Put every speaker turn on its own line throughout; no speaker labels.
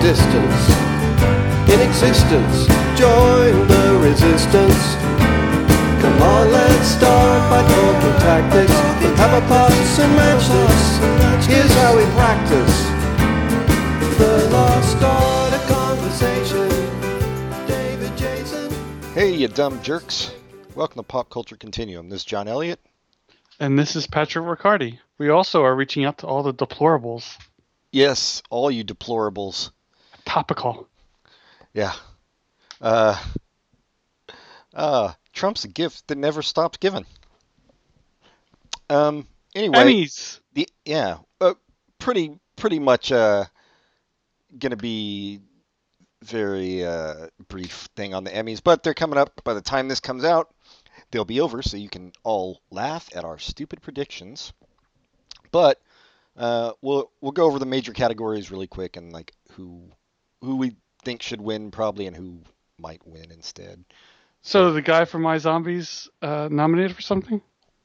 distance. In existence, join the resistance. Come on, let's start by talking tactics. We'll have a pass and match us. Here's how we practice. The lost art of conversation. David Jason.
Hey, you dumb jerks. Welcome to Pop Culture Continuum. This is John Elliott.
And this is Patrick Riccardi. We also are reaching out to all the deplorables.
Yes, all you deplorables.
Topical.
Yeah. Uh, uh, Trump's a gift that never stops giving. Um, anyway,
Emmys.
the, yeah, uh, pretty, pretty much, uh, gonna be very, uh, brief thing on the Emmys, but they're coming up by the time this comes out. They'll be over, so you can all laugh at our stupid predictions. But uh, we'll we'll go over the major categories really quick and like who who we think should win probably and who might win instead.
So the guy from My Zombies uh, nominated for something?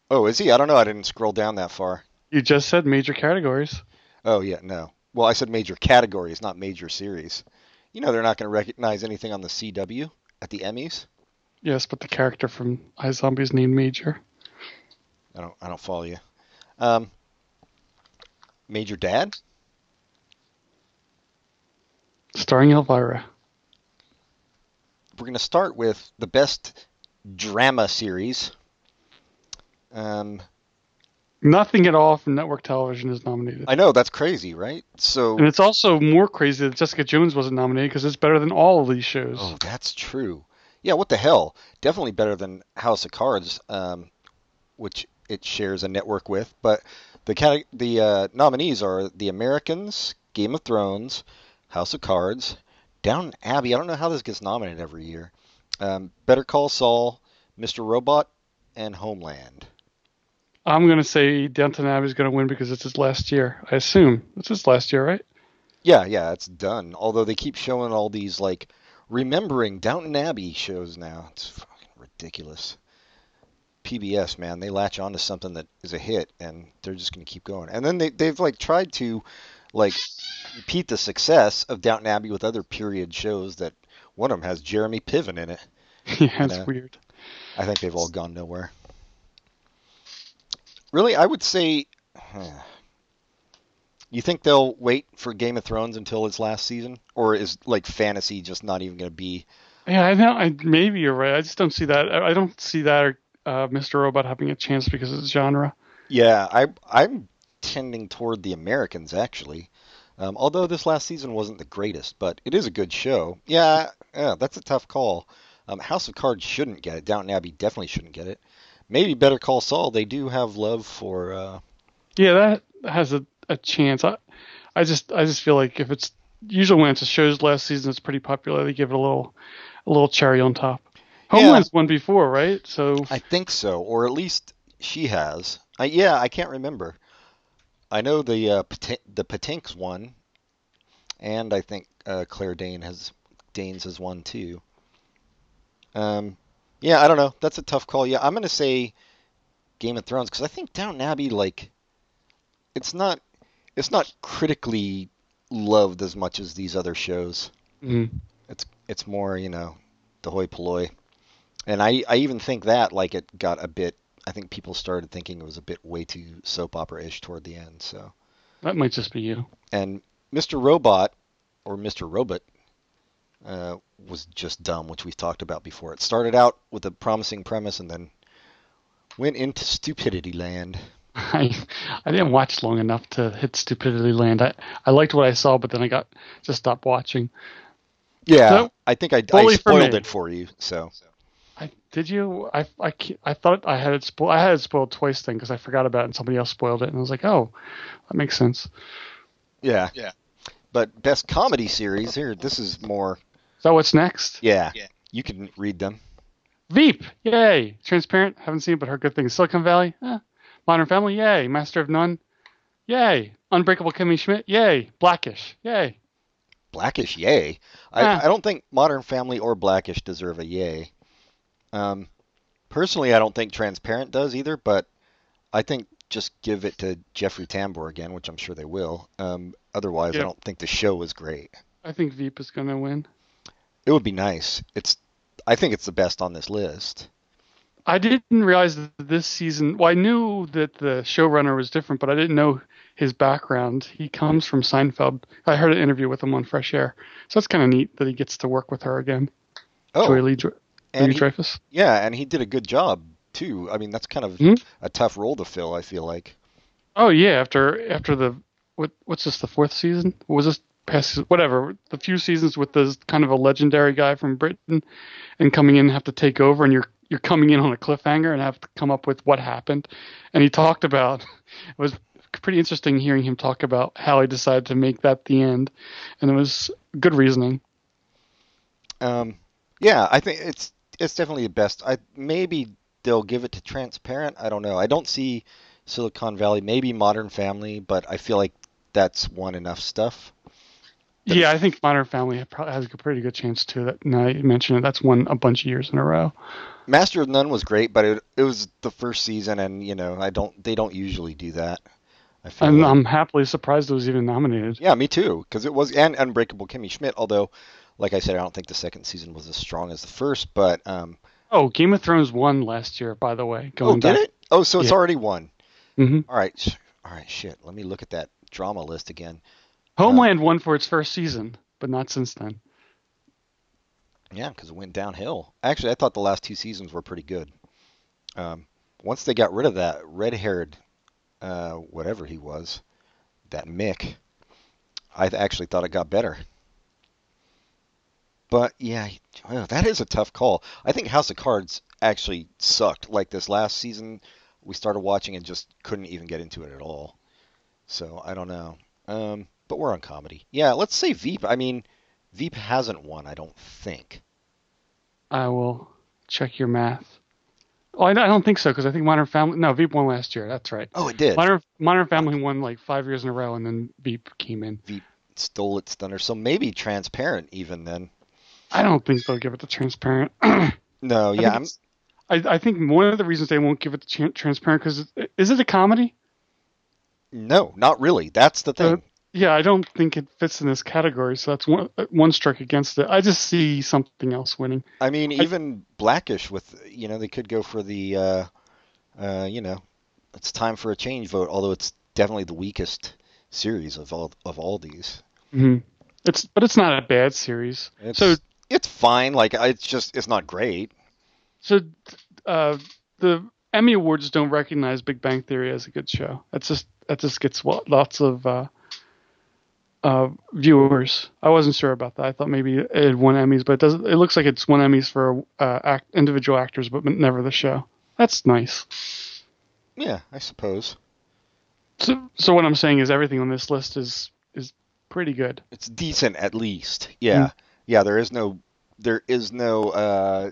Oh, is he? I don't know. I didn't scroll down that far.
You just said major categories.
Oh yeah, no. Well, I said major categories, not major series. You know they're not going to recognize anything on the CW at the Emmys.
Yes, but the character from I Zombies named Major.
I don't I don't follow you. Um, major Dad.
Starring Elvira.
we're going to start with the best drama series. Um,
Nothing at all from network television is nominated.
I know that's crazy, right? So,
and it's also more crazy that Jessica Jones wasn't nominated because it's better than all of these shows.
oh, that's true. Yeah, what the hell? Definitely better than House of Cards, um, which it shares a network with. But the cate- the uh, nominees are The Americans, Game of Thrones, House of Cards, Down Abbey. I don't know how this gets nominated every year. Um, Better Call Saul, Mr. Robot, and Homeland.
I'm going to say Downton Abbey is going to win because it's his last year. I assume. It's his last year, right?
Yeah, yeah, it's done. Although they keep showing all these like remembering Downton Abbey shows now. It's fucking ridiculous. PBS, man, they latch onto something that is a hit and they're just going to keep going. And then they they've like tried to like repeat the success of Downton Abbey with other period shows that one of them has Jeremy Piven in it.
yeah, it's
No.
weird.
I think they've all gone nowhere. Really, I would say eh. you think they'll wait for Game of Thrones until its last season, or is like fantasy just not even going to be?
Yeah, I know. I, maybe you're right. I just don't see that. I I don't see that or uh, Mr. Robot having a chance because it's genre.
Yeah, I I'm tending toward the Americans actually. Um, although this last season wasn't the greatest, but it is a good show. Yeah, yeah, that's a tough call. Um, House of Cards shouldn't get it. Downton Abbey definitely shouldn't get it. Maybe Better Call Saul. They do have love for. Uh,
Yeah, that has a, a chance. I, I just I just feel like if it's usually when it's a show's last season, it's pretty popular. They give it a little a little cherry on top.
Yeah.
Homeland's won before, right? So
I think so, or at least she has. I, yeah, I can't remember. I know the uh, Pat- the Patinks won, and I think uh, Claire Dane has Danes has won too. Um, yeah, I don't know. That's a tough call. Yeah, I'm gonna say Game of Thrones because I think Downton Abbey like it's not it's not critically loved as much as these other shows
mm,
it's it's more you know the hoi polloi and i i even think that like it got a bit i think people started thinking it was a bit way too soap opera-ish toward the end so
that might just be you.
and mr robot or mr robot uh, was just dumb which we've talked about before it started out with a promising premise and then went into stupidity land
I I didn't watch long enough to hit stupidity land. I, I liked what I saw, but then I got just stopped watching.
yeah
So,
i think i, I
bully for
spoiled
me.
it for you so
I did you? I, I, ca- I thought I had it spoiled. I had it spoiled twice then because I forgot about it and somebody else spoiled it and I was like, oh, that makes sense.
yeah yeah but best comedy series here this is more
So what's next?
yeah, yeah. you can read them
Veep, yay! Transparent, haven't seen it but heard good things. Silicon Valley, eh. Modern Family, yay! Master of None, yay! Unbreakable Kimmy Schmidt, yay! Blackish, yay!
Blackish, yay. I,
Huh.
I don't think Modern Family or Blackish deserve a yay. Um, personally, I don't think Transparent does either, but I think just give it to Jeffrey Tambor again, which I'm sure they will. Um, otherwise, I
Yeah.
don't think the show was great.
I think Veep is going to win.
It would be nice. It's I think it's the best on this list.
I didn't realize that this season. Well, I knew that the showrunner was different, but I didn't know his background. He comes from Seinfeld. I heard an interview with him on Fresh Air, so that's kind of neat that he gets to work with her again.
Oh,
Joy Lee, Dr-
and
Lee
he-
Dreyfus.
yeah, and he did a good job too. I mean, that's kind of
Mhm.
a tough role to fill. I feel like.
Oh yeah, after after the what what's this the fourth season? What was this past se- whatever the few seasons with this kind of a legendary guy from Britain, and coming in and have to take over, and you're you're coming in on a cliffhanger and have to come up with what happened, and he talked about it was pretty interesting hearing him talk about how he decided to make that the end, and it was good reasoning.
Um, yeah, I think it's it's definitely the best. I maybe they'll give it to Transparent. I don't know. I don't see Silicon Valley. Maybe Modern Family, but I feel like that's won enough stuff. That-
Yeah, I think Modern Family probably has a pretty good chance too. That now that you mention it, that's won a bunch of years in a row.
Master of None was great, but it it was the first season, and you know I don't they don't usually do that. I feel.
And um,
like.
I'm happily surprised it was even nominated.
Yeah, me too. Because it was and Unbreakable Kimmy Schmidt. Although, like I said, I don't think the second season was as strong as the first. But um,
Oh, Game of Thrones won last year, by the way.
oh, did it? Oh, so it's
Yeah.
already won.
hmm
All right, sh- all right. Shit, let me look at that drama list again. Oh.
Homeland won for its first season, but not since then.
Yeah, because it went downhill. Actually, I thought the last two seasons were pretty good. Um, once they got rid of that red-haired, uh, whatever he was, that Mick, I th- actually thought it got better. But yeah, he- well, that is a tough call. I think House of Cards actually sucked. Like this last season, we started watching and just couldn't even get into it at all. So I don't know. Um, but we're on comedy. Yeah, let's say Veep. I mean, Veep hasn't won, I don't think.
I will check your math. Oh, I don't I don't think so because I think Modern Family. No, Veep won last year. That's right.
Oh, it did.
Modern Modern Family won like five years in a row, and then Veep came in.
Stole its thunder. So maybe transparent even then.
I don't think they'll give it to Transparent.
No, yeah,
I
I'm,
think I, I think one of the reasons they won't give it to Tran- Transparent because is it a comedy?
no, not really. That's the
Uh,
thing.
Yeah, I don't think it fits in this category, so that's one one strike against it. I just see something else winning.
I mean,
I-
even Blackish with you know they could go for the uh, uh, you know it's time for a change vote. Although it's definitely the weakest series of all of all these.
Mhm. It's but it's not a bad series.
It's,
So
it's fine. Like I- it's just it's not great.
so uh, the Emmy Awards don't recognize Big Bang Theory as a good show. That's just that just gets wa- lots of uh, uh, viewers. I wasn't sure about that. I thought maybe it had won Emmys, but it doesn't. It looks like it's won Emmys for uh, act, individual actors, but never the show. That's nice.
Yeah, I suppose
So so what I'm saying is everything on this list is is pretty good.
it's decent at least. Yeah,
Mm.
yeah. There is no there is no uh,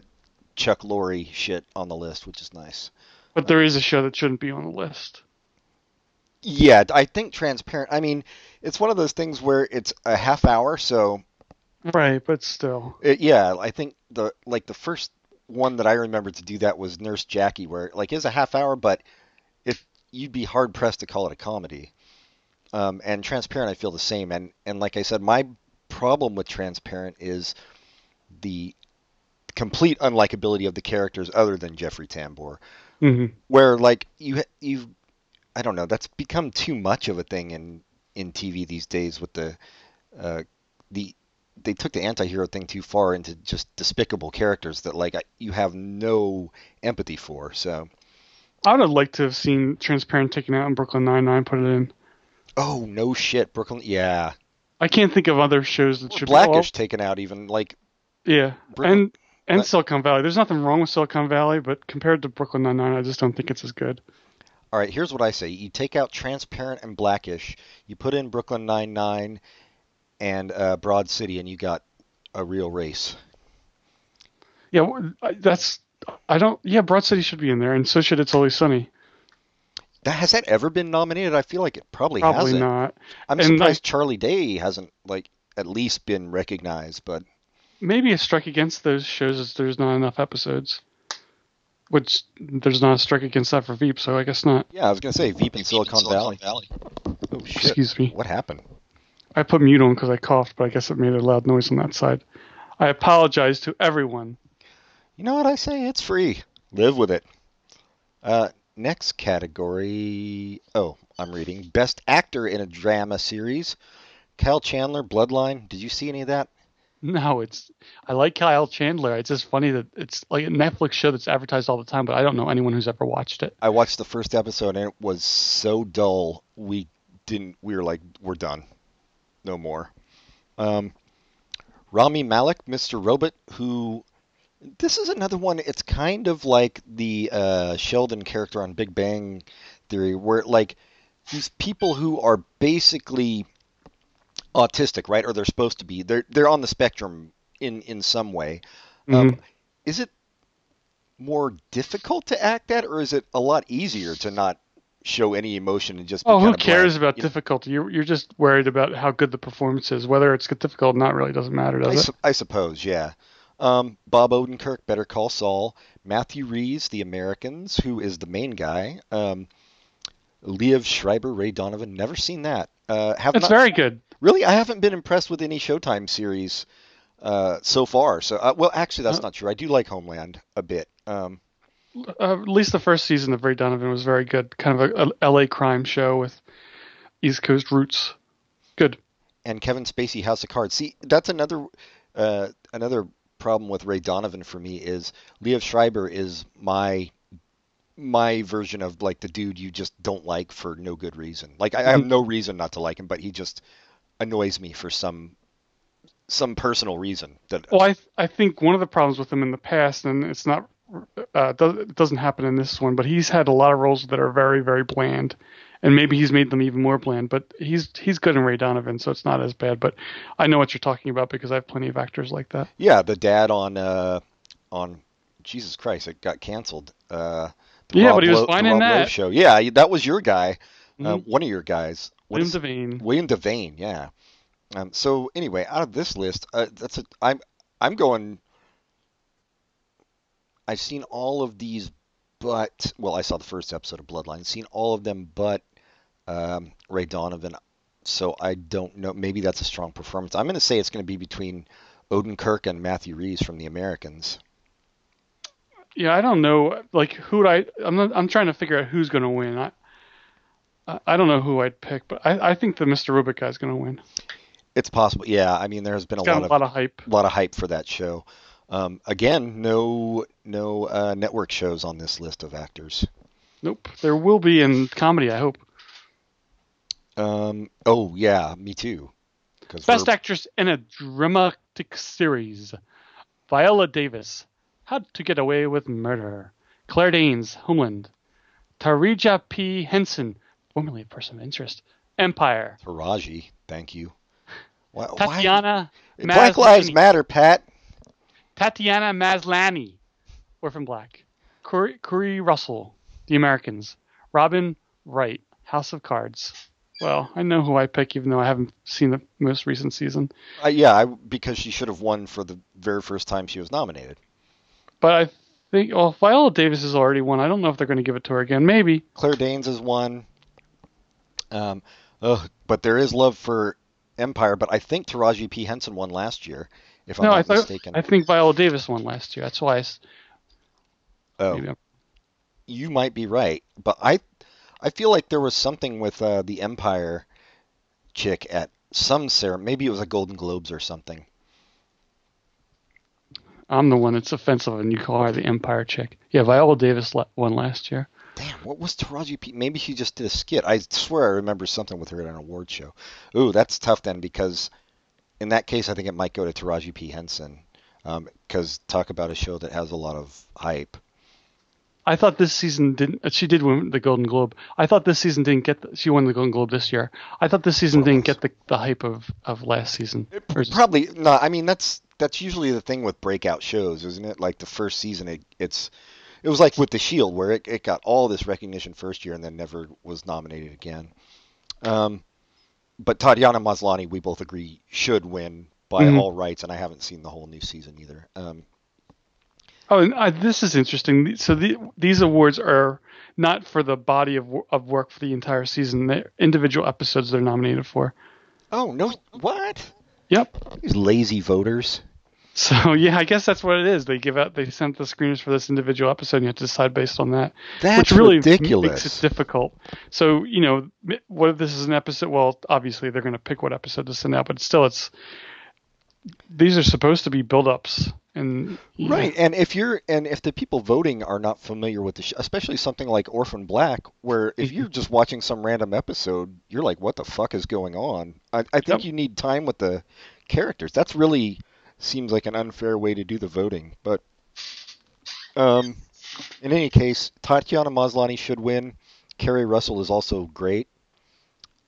Chuck Lorre shit on the list, which is nice.
But there is a show that shouldn't be on the list.
Yeah, I think transparent. I mean, it's one of those things where it's a half hour, so
Right, but still.
it, yeah, I think the like the first one that I remember to do that was Nurse Jackie, where it, like is a half hour, but if you'd be hard pressed to call it a comedy. Um, and transparent, I feel the same. And and like I said, my problem with transparent is the complete unlikability of the characters other than Jeffrey Tambor
hmm
where like you you I don't know that's become too much of a thing in in TV these days with the uh, the they took the anti-hero thing too far into just despicable characters that like I, you have no empathy for so
I would have liked to have seen Transparent taken out and Brooklyn Nine Nine put it in.
oh no shit Brooklyn yeah
I can't think of other shows that should be. well,
Blackish taken out even like
Yeah,
Brooklyn-
and and
Black-
Silicon Valley. There's nothing wrong with Silicon Valley, but compared to Brooklyn Nine Nine, I just don't think it's as good.
All right, here's what I say. You take out Transparent and Blackish, you put in Brooklyn Nine-Nine and uh, Broad City, and you got a real race.
Yeah, wh- I- that's I don't. Yeah, Broad City should be in there, and so should It's Always Sunny.
That, has that ever been nominated? I feel like it probably,
Probably
hasn't.
not.
I'm
And
surprised Charlie Day hasn't like at least been recognized, but
Maybe a strike against those shows is there's not enough episodes, which there's not a strike against that for Veep, so I guess not.
yeah, I was gonna say Veep and Silicon Valley. Oh shit!
Excuse me.
What happened?
I put mute on because I coughed, but I guess it made a loud noise on that side. I apologize to everyone.
You know what I say? It's free. Live with it. Uh, next category. Oh, I'm reading Best Actor in a Drama Series. Kyle Chandler, Bloodline. Did you see any of that?
No, it's I like Kyle Chandler. It's just funny that it's like a Netflix show that's advertised all the time, but I don't know anyone who's ever watched it.
I watched the first episode and it was so dull. We didn't. We were like, we're done. No more. Um, Rami Malek, Mr. Robot, who this is another one. It's kind of like the uh, Sheldon character on Big Bang Theory, where like these people who are basically autistic, right? Or they're supposed to be. They're they're on the spectrum in in some way. Um, is it more difficult to act that, or is it a lot easier to not show any emotion and just? be
Oh, who
kinda bland?
cares about
You know,
difficulty? You're you're just worried about how good the performance is. Whether it's difficult or not really doesn't matter,
I,
does
su- I suppose, yeah. Um, Bob Odenkirk, Better Call Saul, Matthew Reeves, The Americans, who is the main guy. Um, Liev Schreiber, Ray Donovan. Never seen that. Uh, have
it? It's
not,
very good.
really. I haven't been impressed with any Showtime series uh, so far. So, uh, well, actually, that's not true. I do like Homeland a bit. Um,
Uh, at least the first season of Ray Donovan was very good. Kind of a, a LA crime show with East Coast roots. Good.
and Kevin Spacey, House of Cards. See, that's another uh, another problem with Ray Donovan for me is Liev Schreiber is my my version of like the dude you just don't like for no good reason. Like I, I
Mm-hmm.
have no reason not to like him, but he just annoys me for some some personal reason. That
Well, I I think one of the problems with him in the past, and it's not uh, does, it doesn't happen in this one, but he's had a lot of roles that are very very bland, and maybe he's made them even more bland. But he's he's good in Ray Donovan, so it's not as bad. But I know what you're talking about because I have plenty of actors like that.
yeah, the dad on uh on Jesus Christ, it got canceled. Uh, the
Yeah,
Rob
but he was
Lowe- the
fine in
Rob Lowe
that. Mm-hmm.
show. Yeah, that was your guy, uh, one of your guys. What
William
is-
Devane.
William Devane, yeah. Um, so anyway, out of this list, uh, that's a I'm I'm going. I've seen all of these, but well, I saw the first episode of Bloodline. Seen all of them, but um, Ray Donovan. So I don't know. Maybe that's a strong performance. I'm going to say it's going to be between Odenkirk and Matthew Reeves from The Americans.
Yeah, I don't know. Like who would I? I'm not, I'm trying to figure out who's going to win. I I- I don't know who I'd pick, but I, I think the Mr. Rubik guy's going to win.
It's possible. Yeah, I mean, there has been a lot
Got a
of
lot of hype.
a lot of hype for that show. Um, again, no no uh, network shows on this list of actors.
Nope, there will be in comedy. I hope.
Um, oh yeah, me too. 'Cause
Best
we're-
actress in a dramatic series: Viola Davis, How to Get Away with Murder; Claire Danes, Homeland; Tarija P. Henson, formerly a Person of Interest, Empire;
Taraji, thank you. Why, why-
Tatiana
Black Lives
Maslany-
Matter, Pat.
Tatiana Maslany, Orphan Black; Corey, Corey Russell, The Americans; Robin Wright, House of Cards. Well, I know who I pick, even though I haven't seen the most recent season.
Uh, yeah, I, because she should have won for the very first time she was nominated.
But I think, well, Viola Davis is already one. I don't know if they're going to give it to her again. Maybe.
Claire Danes is one. Um, ugh, but there is love for Empire. But I think Taraji P Henson won last year, if I'm
no,
not
I thought,
mistaken.
I think Viola Davis won last year. That's why. I, s-
oh,
maybe I'm-
you might be right, but I I feel like there was something with uh, the Empire chick at some ceremony. Maybe it was a Golden Globes or something.
I'm the one that's offensive, and you call her the Empire chick. Yeah, Viola Davis le- won last year.
Damn, what was Taraji P? Maybe she just did a skit. I swear I remember something with her at an award show. Ooh, that's tough then because in that case, I think it might go to Taraji P Henson because talk about a show that has a lot of hype.
I thought this season didn't. uh, She did win the Golden Globe. I thought this season didn't get. The, she won the Golden Globe this year. I thought this season didn't get the, the hype of, of last season. Or is-
Probably no. I mean, that's that's usually the thing with breakout shows, isn't it? Like the first season, it, it's it was like with The Shield, where it, it got all this recognition first year and then never was nominated again. Um, but Tatiana Maslany, we both agree, should win by
Mhm.
all rights, and I haven't seen the whole new season either. Um,
Oh, and I, this is interesting. So the, these awards are not for the body of, wo- of work for the entire season. They're individual episodes they're nominated for.
Oh no! What?
Yep.
These lazy voters.
So yeah, I guess that's what it is. They give out, they sent the screeners for this individual episode, and you have to decide based on that,
That's
which really
ridiculous.
makes it difficult. So you know, m- what if this is an episode? Well, obviously they're going to pick what episode to send out, but still, it's these are supposed to be build-ups, and you know,
Right, and if you're and if the people voting are not familiar with the show, especially something like Orphan Black, where if you're just watching some random episode, you're like, "What the fuck is going on?" I, I think
Yep.
you need time with the characters. That's really seems like an unfair way to do the voting, but um, in any case, Tatiana Maslany should win. Carrie Russell is also great.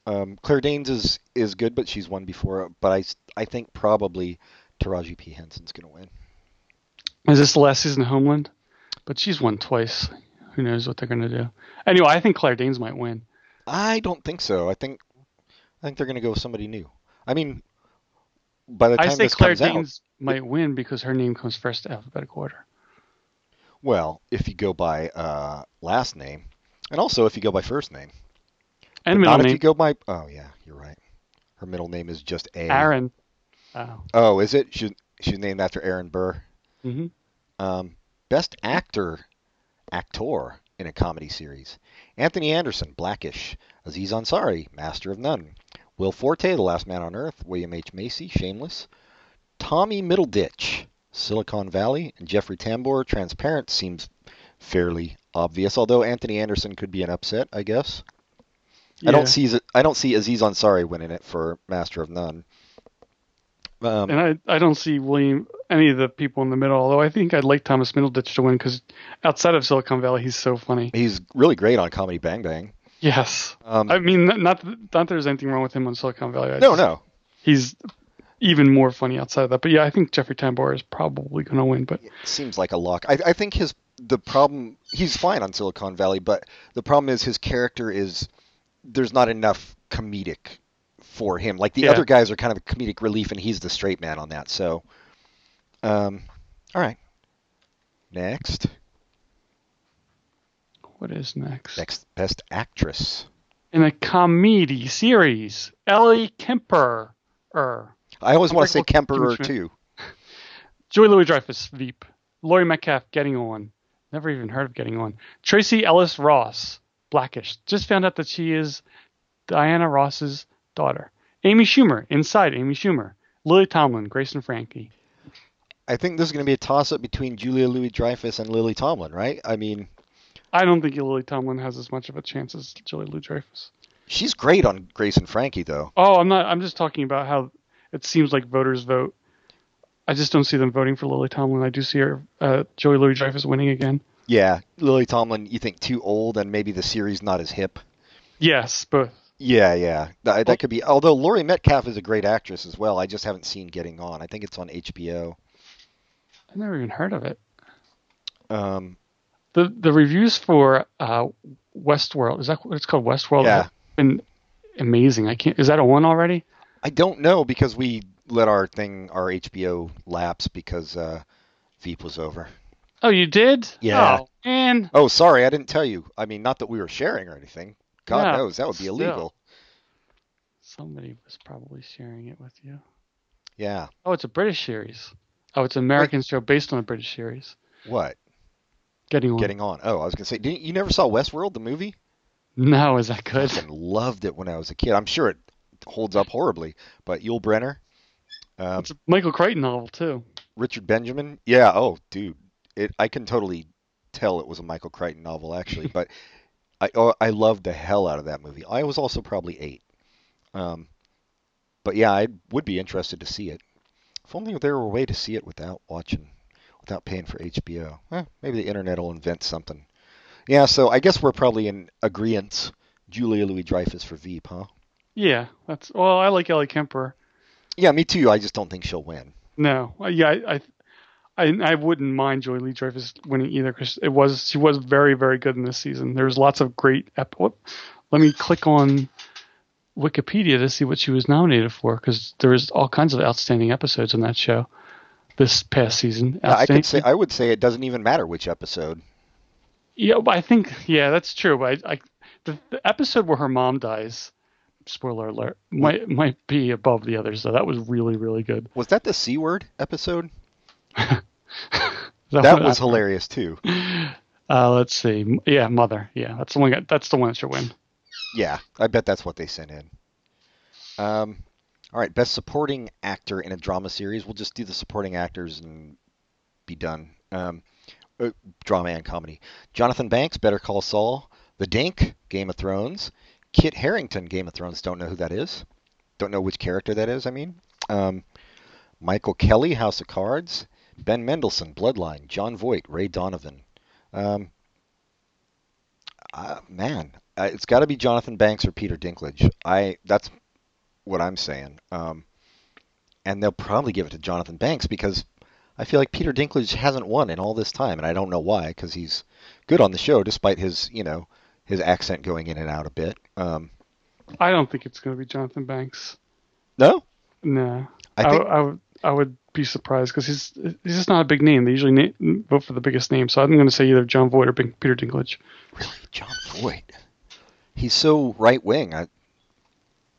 Um, Claire Danes is is good, but she's won before. But I s- I think probably Taraji P Henson's gonna win.
Is this the last season of Homeland? But she's won twice. Who knows what they're going to do? Anyway, I think Claire Danes might win.
I don't think so. I think I think they're going to go with somebody new. I mean, by the time
I say
this
Claire
comes out,
Danes might win because her name comes first in alphabetical order.
well, if you go by uh, last name, and also if you go by first name,
And middle
not if
name
you go by. Oh yeah, you're right. Her middle name is just A.
Aaron. Oh.
Oh, is it? She, she's named after Aaron Burr.
hmm
Um, best actor, actor in a comedy series: Anthony Anderson, Blackish; Aziz Ansari, Master of None; Will Forte, The Last Man on Earth; William H Macy, Shameless; Tommy Middleditch, Silicon Valley; and Jeffrey Tambor, Transparent seems fairly obvious. Although Anthony Anderson could be an upset, I guess. I
Yeah.
don't see I don't see Aziz Ansari winning it for Master of None. Um,
And I, I don't see William any of the people in the middle. Although I think I'd like Thomas Middleditch to win because outside of Silicon Valley, he's so funny.
he's really great on Comedy Bang Bang.
Yes,
Um,
I mean not not that there's anything wrong with him on Silicon Valley. I
no,
just-
no.
he's even more funny outside of that. But yeah, I think Jeffrey Tambor is probably going to win. But
seems like a lock. I, I think his the problem he's fine on Silicon Valley, but the problem is his character is there's not enough comedic for him. Like the
Yeah.
other guys are kind of comedic relief, and he's the straight man on that. So, um, all right. Next,
what is next?
next best actress.
In a comedy series, Ellie Kemper, er,
I always want to say Kemperer
Kimchi.
too.
Joy Louis Dreyfus, Veep, Laurie Metcalf, Getting On. Never even heard of Getting On. Tracy Ellis Ross, Blackish. Just found out that she is Diana Ross's daughter. Amy Schumer, Inside Amy Schumer. Lily Tomlin, Grace and Frankie.
I think this is going to be a toss up between Julia Louis Dreyfus and Lily Tomlin, right? I mean,
I don't think Lily Tomlin has as much of a chance as Julie Louis Dreyfus.
she's great on Grace and Frankie, though.
Oh, I'm not. I'm just talking about how it seems like voters vote. I just don't see them voting for Lily Tomlin. I do see her, uh, Joey Louis Dreyfus winning again.
Yeah, Lily Tomlin, you think too old and maybe the series not as hip.
Yes, both.
Yeah, yeah, that, that could be. Although Laurie Metcalf is a great actress as well, I just haven't seen Getting On. I think it's on HBO.
I've never even heard of it.
Um,
The the reviews for uh, Westworld is that what it's called? Westworld.
Yeah.
have Been amazing. I can't. Is that a one already?
I don't know because we let our thing, our HBO, lapse because uh, Veep was over.
Oh, you did?
Yeah.
Oh, man.
Oh, sorry, I didn't tell you. I mean, not that we were sharing or anything. God
Yeah,
knows that would be
still.
illegal.
Somebody was probably sharing it with you.
Yeah.
Oh, it's a British series. Oh, it's an American show based on a British series.
What?
Getting on.
Getting On. Oh, I was gonna say, didn't, you never saw Westworld, the movie?
No, is that
I
good?
fucking loved it when I was a kid. I'm sure it holds up horribly, but Yul Brenner. Um,
It's a Michael Crichton novel too.
Richard Benjamin? Yeah. Oh, dude, it. I can totally tell it was a Michael Crichton novel, actually. but I, oh, I loved the hell out of that movie. I was also probably eight. Um, but yeah, I would be interested to see it. If only there were a way to see it without watching, without paying for HBO. Eh, maybe the internet will invent something. Yeah. So I guess we're probably in agreement. Julia Louis Dreyfus for Veep, huh?
Yeah, that's. Well, I like Ellie Kemper.
Yeah, me too. I just don't think she'll win.
No, I- yeah, I, I, I, I wouldn't mind Joy Lee Dreyfus winning either because it was she was very very good in this season. There was lots of great. Ep- whoop. Let me click on Wikipedia to see what she was nominated for because there was all kinds of outstanding episodes on that show this past season.
Yeah, I
Outstanding-
could say I would say it doesn't even matter which episode.
Yeah, but I think yeah, that's true. But I, I the, the episode where her mom dies, spoiler alert, might might be above the others. So that was really really good.
Was that the C word episode?
That,
That
one-
was hilarious too.
Uh, let's see. Yeah, mother. Yeah, that's the one. That, that's the one that should win.
Yeah, I bet that's what they sent in. Um, all right, best supporting actor in a drama series. We'll just do the supporting actors and be done. Um, uh, drama and comedy. Jonathan Banks, Better Call Saul. The Dink, Game of Thrones. Kit Harrington, Game of Thrones. Don't know who that is. Don't know which character that is. I mean, um, Michael Kelly, House of Cards. Ben Mendelsohn, Bloodline. John Voight, Ray Donovan. Um, uh, man, uh, it's got to be Jonathan Banks or Peter Dinklage. I that's what I'm saying. Um, and they'll probably give it to Jonathan Banks because I feel like Peter Dinklage hasn't won in all this time, and I don't know why because he's good on the show despite his you know his accent going in and out a bit. Um,
I don't think it's going to be Jonathan Banks.
no,
No,
I
I,
think-
would- I would I would be surprised because he's he's just not a big name. They usually na- vote for the biggest name, so I'm going to say either John Voight or Bing- Peter Dinklage.
really, John Voight. He's so right wing. I,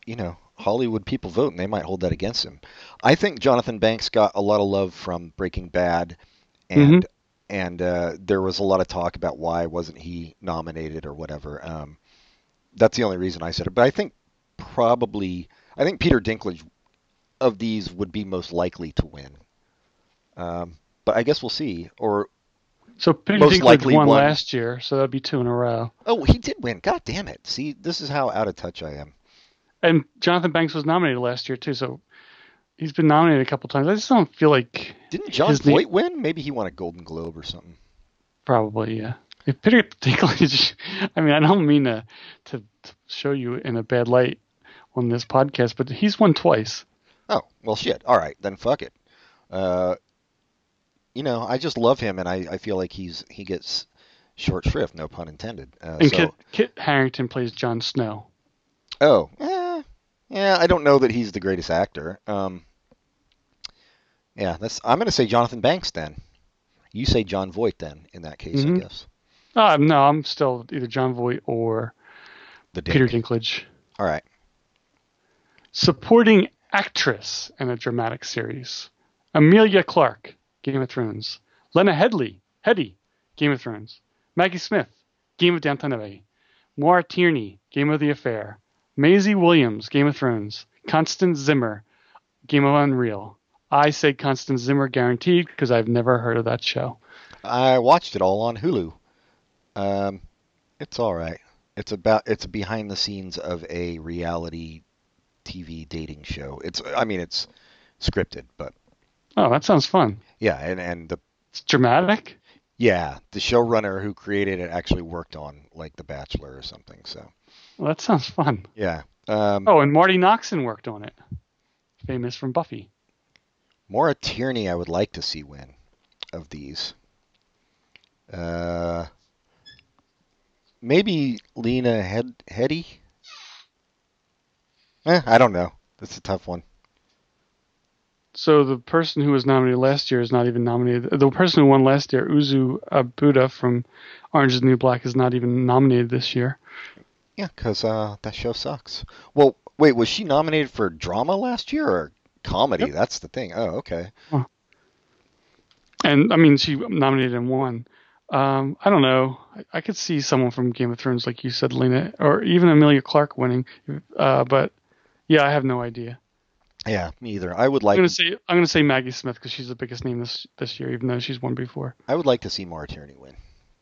you know, Hollywood people vote, and they might hold that against him. I think Jonathan Banks got a lot of love from Breaking Bad, and and uh, there was a lot of talk about why wasn't he nominated or whatever. Um, that's the only reason I said it. But I think probably I think Peter Dinklage of these would be most likely to win. Um, but I guess we'll see. Or
So Peter
Most
Dinklage
likely
won,
won.
last year, so that'd be two in a row.
oh, he did win. God damn it! See, this is how out of touch I am.
And Jonathan Banks was nominated last year too, so he's been nominated a couple times. I just don't feel like
Didn't John
His name-
Voight win? Maybe he won a Golden Globe or something.
Probably, yeah. If Peter Dinklage, I mean, I don't mean to, to, to show you in a bad light on this podcast, but he's won twice.
Oh, well, shit. All right, then fuck it. Uh, you know, I just love him, and I, I feel like he's he gets short shrift, no pun intended. Uh,
And
so,
Kit, Kit Harrington plays Jon Snow.
oh, eh, yeah, I don't know that he's the greatest actor. Um, yeah, that's. I'm gonna say Jonathan Banks then. You say John Voight then. In that case, I
Mhm.
guess
Uh, no, I'm still either John Voight or
the
Peter
dick.
Dinklage.
All right.
Supporting actress in a dramatic series: Amelia Clark, Game of Thrones; Lena Headley, Hetty, Game of Thrones; Maggie Smith, Game of Downton Abbey; Moira Tierney, Game of the Affair; Maisie Williams, Game of Thrones; Constance Zimmer, Game of Unreal. I say Constance Zimmer guaranteed because I've never heard of that show.
I watched it all on Hulu. Um, it's all right. It's about it's behind the scenes of a reality TV dating show. It's I mean it's scripted, but
Oh, that sounds fun.
yeah, and and the
It's dramatic.
yeah the showrunner who created it actually worked on like The Bachelor or something. So
Well, that sounds fun.
yeah, um,
Oh, and Marty Noxon worked on it, famous from Buffy.
Maura Tierney I would like to see win of these. Uh, maybe Lena Head Heady. Eh, I don't know. That's a tough one.
So the person who was nominated last year is not even nominated. The person who won last year, Uzu Abuda from Orange is the New Black, is not even nominated this year.
Yeah, 'cause uh, that show sucks. Well, wait, was she nominated for drama last year or comedy? That's the thing. Oh, okay.
And I mean, she nominated and won. Um, I don't know. I, I could see someone from Game of Thrones, like you said, Lena, or even Amelia Clark winning. Uh, but yeah, I have no idea.
Yeah, me either. I would
I'm
like
gonna say I'm gonna say Maggie Smith because she's the biggest name this this year, even though she's won before.
I would like to see Maura Tierney win,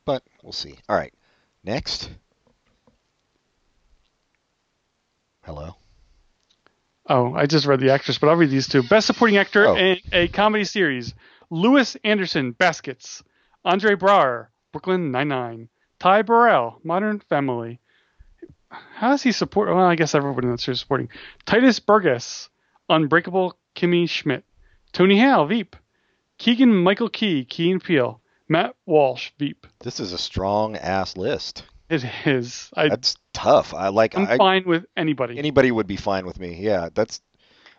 but we'll see. All right, next. Hello.
Oh, I just read the actress, but I'll read these two. Best supporting actor
Oh.
in a comedy series: Lewis Anderson, Baskets; Andre Braher, Brooklyn Nine Nine; Ty Burrell, Modern Family. How is he support? Well, I guess everyone in that series is supporting. Titus Burgess, Unbreakable Kimmy Schmidt; Tony Hale, Veep; Keegan Michael Key, Key and Peele; Matt Walsh, Veep.
This is a strong ass list.
It is. I,
That's tough. I like
I'm
I,
fine with anybody.
anybody would be fine with me. Yeah, that's.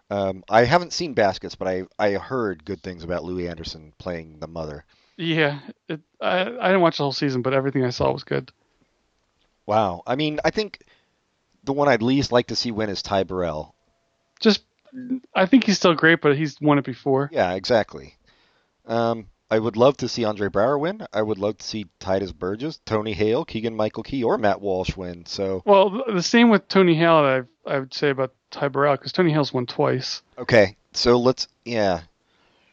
Um, I haven't seen Baskets, but I I heard good things about Louis Anderson playing the mother.
yeah, it, I, I didn't watch the whole season, but everything I saw was good.
Wow. I mean, I think the one I'd least like to see win is Ty Burrell.
Just, I think he's still great, but he's won it before.
Yeah, exactly. Um, I would love to see Andre Brower win. I would love to see Titus Burgess, Tony Hale, Keegan Michael Key, or Matt Walsh win. So
Well, th- the same with Tony Hale. That I I would say about Ty Burrell because Tony Hale's won twice.
okay, so let's yeah,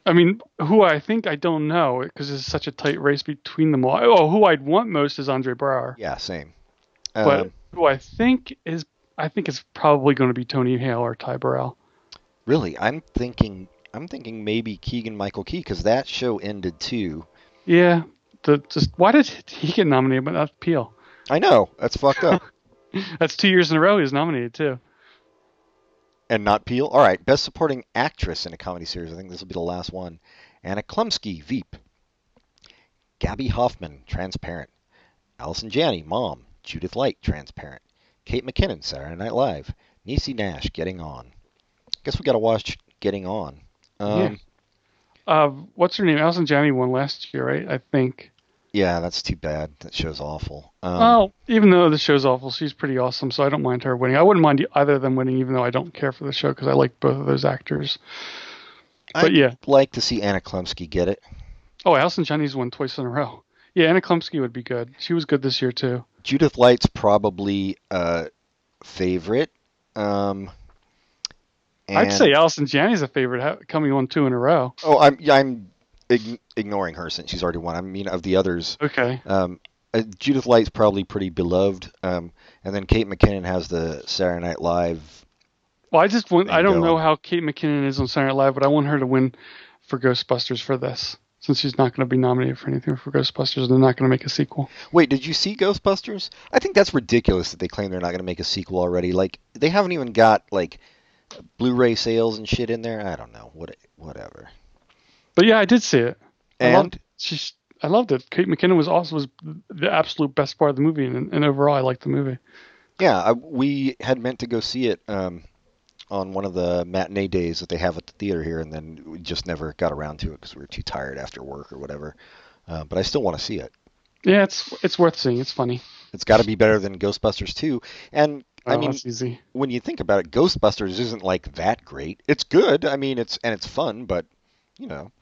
I mean, who I think I don't know because it's such a tight race between them all. Oh, who I'd want most is Andre Brower,
yeah, same.
but
Um,
who I think is I think it's probably going to be Tony Hale or Ty Burrell.
really, I'm thinking I'm thinking maybe Keegan Michael Key because that show ended too.
Yeah, the, just why did he get nominated but not Peel?
I know that's fucked up.
That's two years in a row he was nominated too.
and not Peel. All right, best supporting actress in a comedy series. I think this will be the last one. Anna Klumsky, Veep. Gabby Hoffman, Transparent. Allison Janney, Mom. Judith Light, Transparent. Kate McKinnon, Saturday Night Live. Niecy Nash, Getting On. Guess we got to watch Getting On. Um,
Uh, what's her name? Allison Janney won last year, right? I think.
yeah. that's too bad. That show's awful. Um,
well, even though the show's awful, she's pretty awesome, so I don't mind her winning. I wouldn't mind either of them winning, even though I don't care for the show because I like both of those actors.
I'd
But yeah,
like to see Anna Klumsky get it.
oh, Allison Janney's won twice in a row. Yeah, Anna Klumsky would be good. She was good this year too.
Judith Light's probably uh, favorite. Um,
I'd
and-
say Allison Janney's a favorite, ha- coming on two in a row.
Oh, I'm yeah, I'm ign ignoring her since she's already won. I mean, of the others,
Okay,
um, uh, Judith Light's probably pretty beloved, um, and then Kate McKinnon has the Saturday Night Live.
well, I just want—I
There you
don't
go.
know how Kate McKinnon is on Saturday Night Live, but I want her to win for Ghostbusters for this, since she's not going to be nominated for anything for Ghostbusters, and they're not going to make a sequel.
Wait, did you see Ghostbusters? I think that's ridiculous that they claim they're not going to make a sequel already. Like they haven't even got like Blu-ray sales and shit in there. I don't know. What whatever.
But yeah, I did see it. I
And
loved, she's I loved it. Kate McKinnon was also was the absolute best part of the movie, and, and overall, I liked the movie.
Yeah, I, we had meant to go see it um, on one of the matinee days that they have at the theater here, and then we just never got around to it because we were too tired after work or whatever. Uh, but I still want to see it.
Yeah, it's it's worth seeing. It's funny.
It's got to be better than Ghostbusters 2. And I
Oh,
mean,
that's easy.
when you think about it, Ghostbusters isn't like that great. It's good. I mean, it's and it's fun, but you know,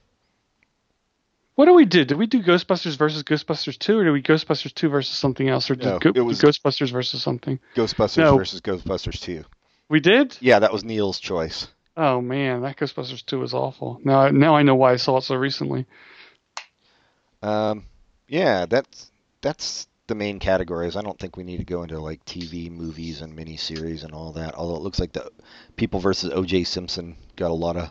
What do we do? Did we do Ghostbusters versus Ghostbusters two, or did we Ghostbusters two versus something else, or did
No,
Go-
it was-
Ghostbusters versus something?
Ghostbusters
No.
versus Ghostbusters 2.
We did.
Yeah, that was Neil's choice.
Oh man, that Ghostbusters two was awful. Now I- now I know why I saw it so recently.
Um, yeah, that's that's the main categories. I don't think we need to go into like TV, movies, and miniseries and all that. Although it looks like the People versus O.J. Simpson got a lot of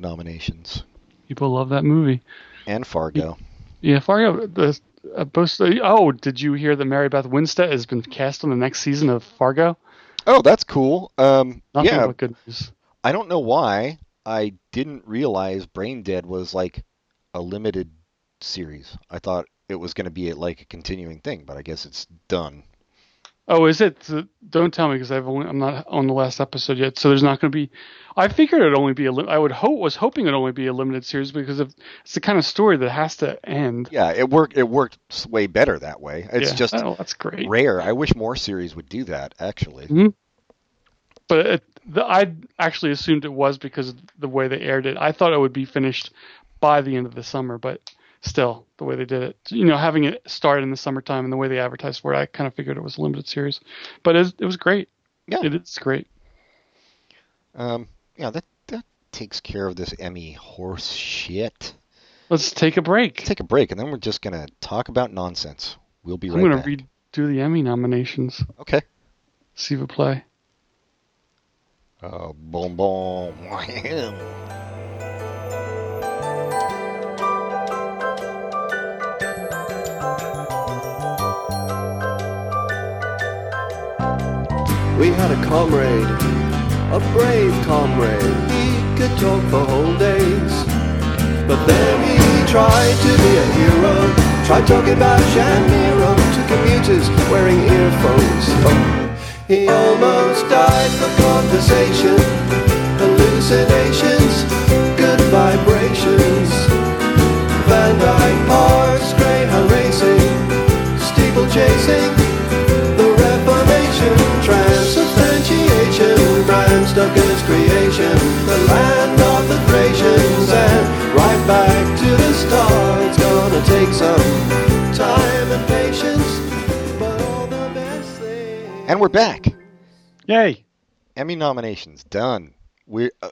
nominations
People love that movie.
and Fargo.
Yeah, Fargo. The, uh, both, oh, did you hear that Mary Beth Winstead has been cast on the next season of Fargo?
Oh, that's cool. Um,
Nothing
yeah,
but good news.
I don't know why I didn't realize Brain Dead was like a limited series. I thought it was going to be like a continuing thing, but I guess it's done.
Oh, is it? So Don't tell me because I've only, I'm not on the last episode yet. So there's not going to be. I figured it'd only be a. lim- I would hope was hoping it'd only be a limited series because if, it's the kind of story that has to end.
Yeah, it worked. It worked s- way better that way. It's
Yeah.
just
oh, that's great.
rare. I wish more series would do that, actually.
But it, the, I actually assumed it was because of the way they aired it. I thought it would be finished by the end of the summer, but still, the way they did it, you know, having it start in the summertime and the way they advertised for it, I kind of figured it was a limited series. But it, it was great.
Yeah.
it is great.
Um, yeah, that that takes care of this Emmy horse shit.
Let's take a break.
Let's take a break, and then we're just gonna talk about nonsense. We'll be
I'm
right
gonna
back.
redo the Emmy nominations.
Okay.
See if it play.
Oh, boom, boom.
We had a comrade, a brave comrade. He could talk for whole days. But then he tried to be a hero. Tried talking about Shamiro to commuters wearing earphones. Oh, he almost died for conversation. Hallucinations, good vibrations. Van Dyke Parks, greyhound racing, steeple chasing. The Reformation, transubstantiation.
And we're back.
Yay!
Emmy nominations done. We uh,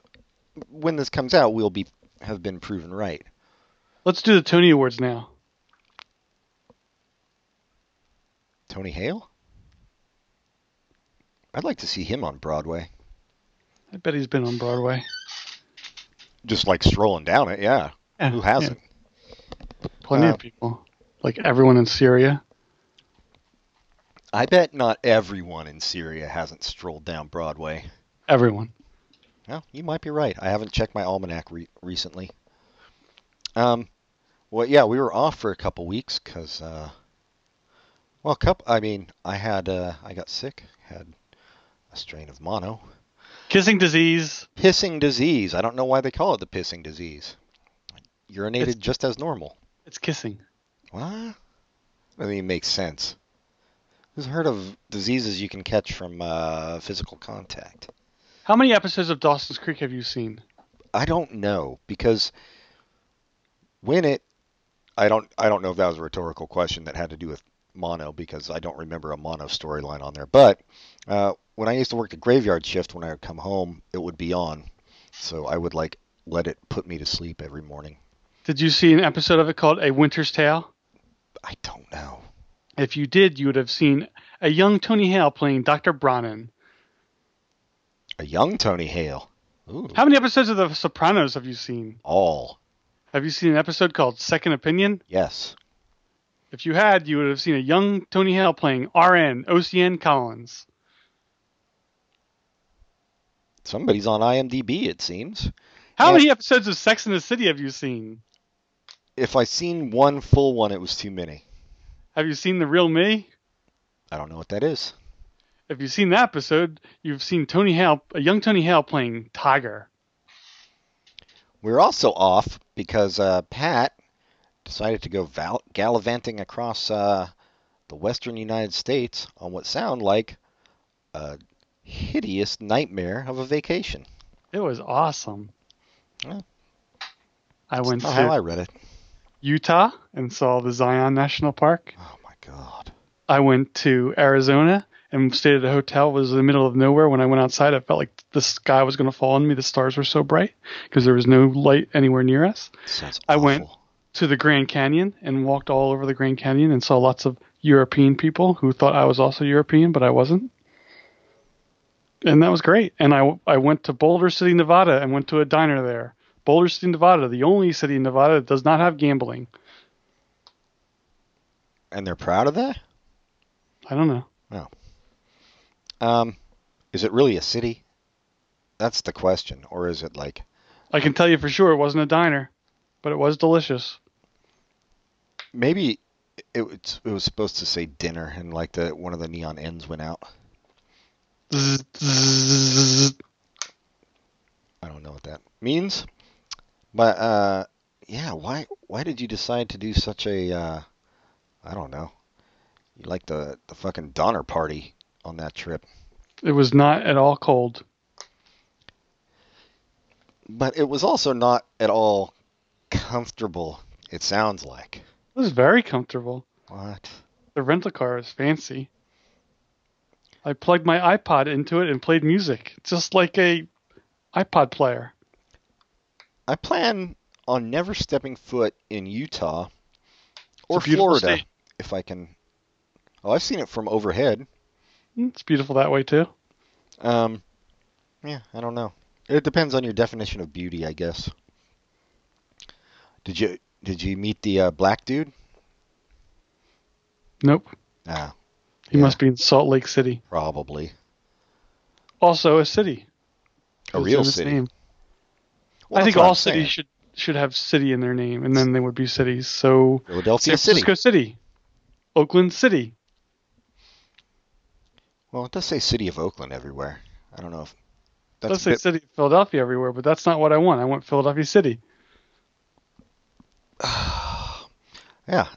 when this comes out, we'll be have been proven right.
Let's do the Tony Awards now.
Tony Hale. I'd like to see him on Broadway,
I bet he's been on Broadway.
just like strolling down it. Yeah,
Yeah,
who hasn't?
Plenty
Uh,
of people, like everyone in Syria.
I bet not everyone in Syria hasn't strolled down Broadway.
Everyone.
Well, you might be right. I haven't checked my almanac re- recently. Um, well, yeah, we were off for a couple weeks because, uh, well, cup. I mean, I had uh, I got sick, had a strain of mono,
Kissing disease.
pissing disease. I don't know why they call it the pissing disease. Urinated
It's-
just as normal.
It's kissing.
What? I mean, it makes sense. Who's heard of diseases you can catch from uh, physical contact?
How many episodes of Dawson's Creek have you seen?
I don't know because when it I don't I don't know if that was a rhetorical question that had to do with mono because I don't remember a mono storyline on there. But uh, when I used to work the graveyard shift, when I would come home, it would be on, so I would like let it put me to sleep every morning.
Did you see an episode of it called A Winter's Tale?
I don't know.
If you did, you would have seen a young Tony Hale playing Dr. Bronnan.
A young Tony Hale. Ooh.
How many episodes of The Sopranos have you seen?
All
Have you seen an episode called Second Opinion?
yes.
If you had, you would have seen a young Tony Hale playing RN OCN Collins.
Somebody's on IMDb. It seems.
How
Yeah.
many episodes of Sex in the City have you seen?
If I seen one full one, it was too many.
Have you seen The Real Me?
I don't know what that is.
If you've seen that episode, you've seen Tony Hale, a young Tony Hale playing Tiger.
We're also off because uh, Pat decided to go val- gallivanting across uh, the western United States on what sound like a hideous nightmare of a vacation.
It was awesome.
Yeah.
I went
That's not how I
to
read it.
Utah and saw the Zion National Park.
Oh my god.
I went to Arizona and stayed at a hotel. It was in the middle of nowhere. When I went outside, I felt like the sky was going to fall on me. The stars were so bright because there was no light anywhere near us.
Sounds
I went-
awful.
To the Grand Canyon and walked all over the Grand Canyon and saw lots of European people who thought I was also European, but I wasn't. And that was great. And I, I went to Boulder City, Nevada and went to a diner there. Boulder City, Nevada, the only city in Nevada that does not have gambling.
And they're proud of that?
I don't know.
Um, is it really a city? That's the question. Or is it like.
I can tell you for sure it wasn't a diner, but it was delicious.
Maybe it, was- it was supposed to say dinner and like the one of the neon ends went out.
Zzz, zzz.
I don't know what that means. But uh, yeah, why why did you decide to do such a uh, I don't know. You like the the fucking Donner party on that trip.
It was not at all cold.
But it was also not at all comfortable. It sounds like.
It was very comfortable.
What?
The rental car is fancy. I plugged my iPod into it and played music, just like a iPod player.
I plan on never stepping foot in Utah or
beautiful
Florida
state.
if I can. Oh, I've seen it from overhead.
It's beautiful that way too.
Um, yeah, I don't know. It depends on your definition of beauty, I guess. Did you did you meet the uh, black dude?
Nope.
Ah,
He
Yeah.
must be in Salt Lake City.
probably
Also a city.
a
It's
real
in its
city.
name.
Well,
I
that's
think
what
all
I'm saying.
cities should should have city in their name and then they would be cities. So
Philadelphia
San Francisco
City.
City. Oakland City.
Well, it does say City of Oakland everywhere. I don't know if that's
Let's
a
say
bit-
city of Philadelphia everywhere, but that's not what I want. I want Philadelphia City.
yeah.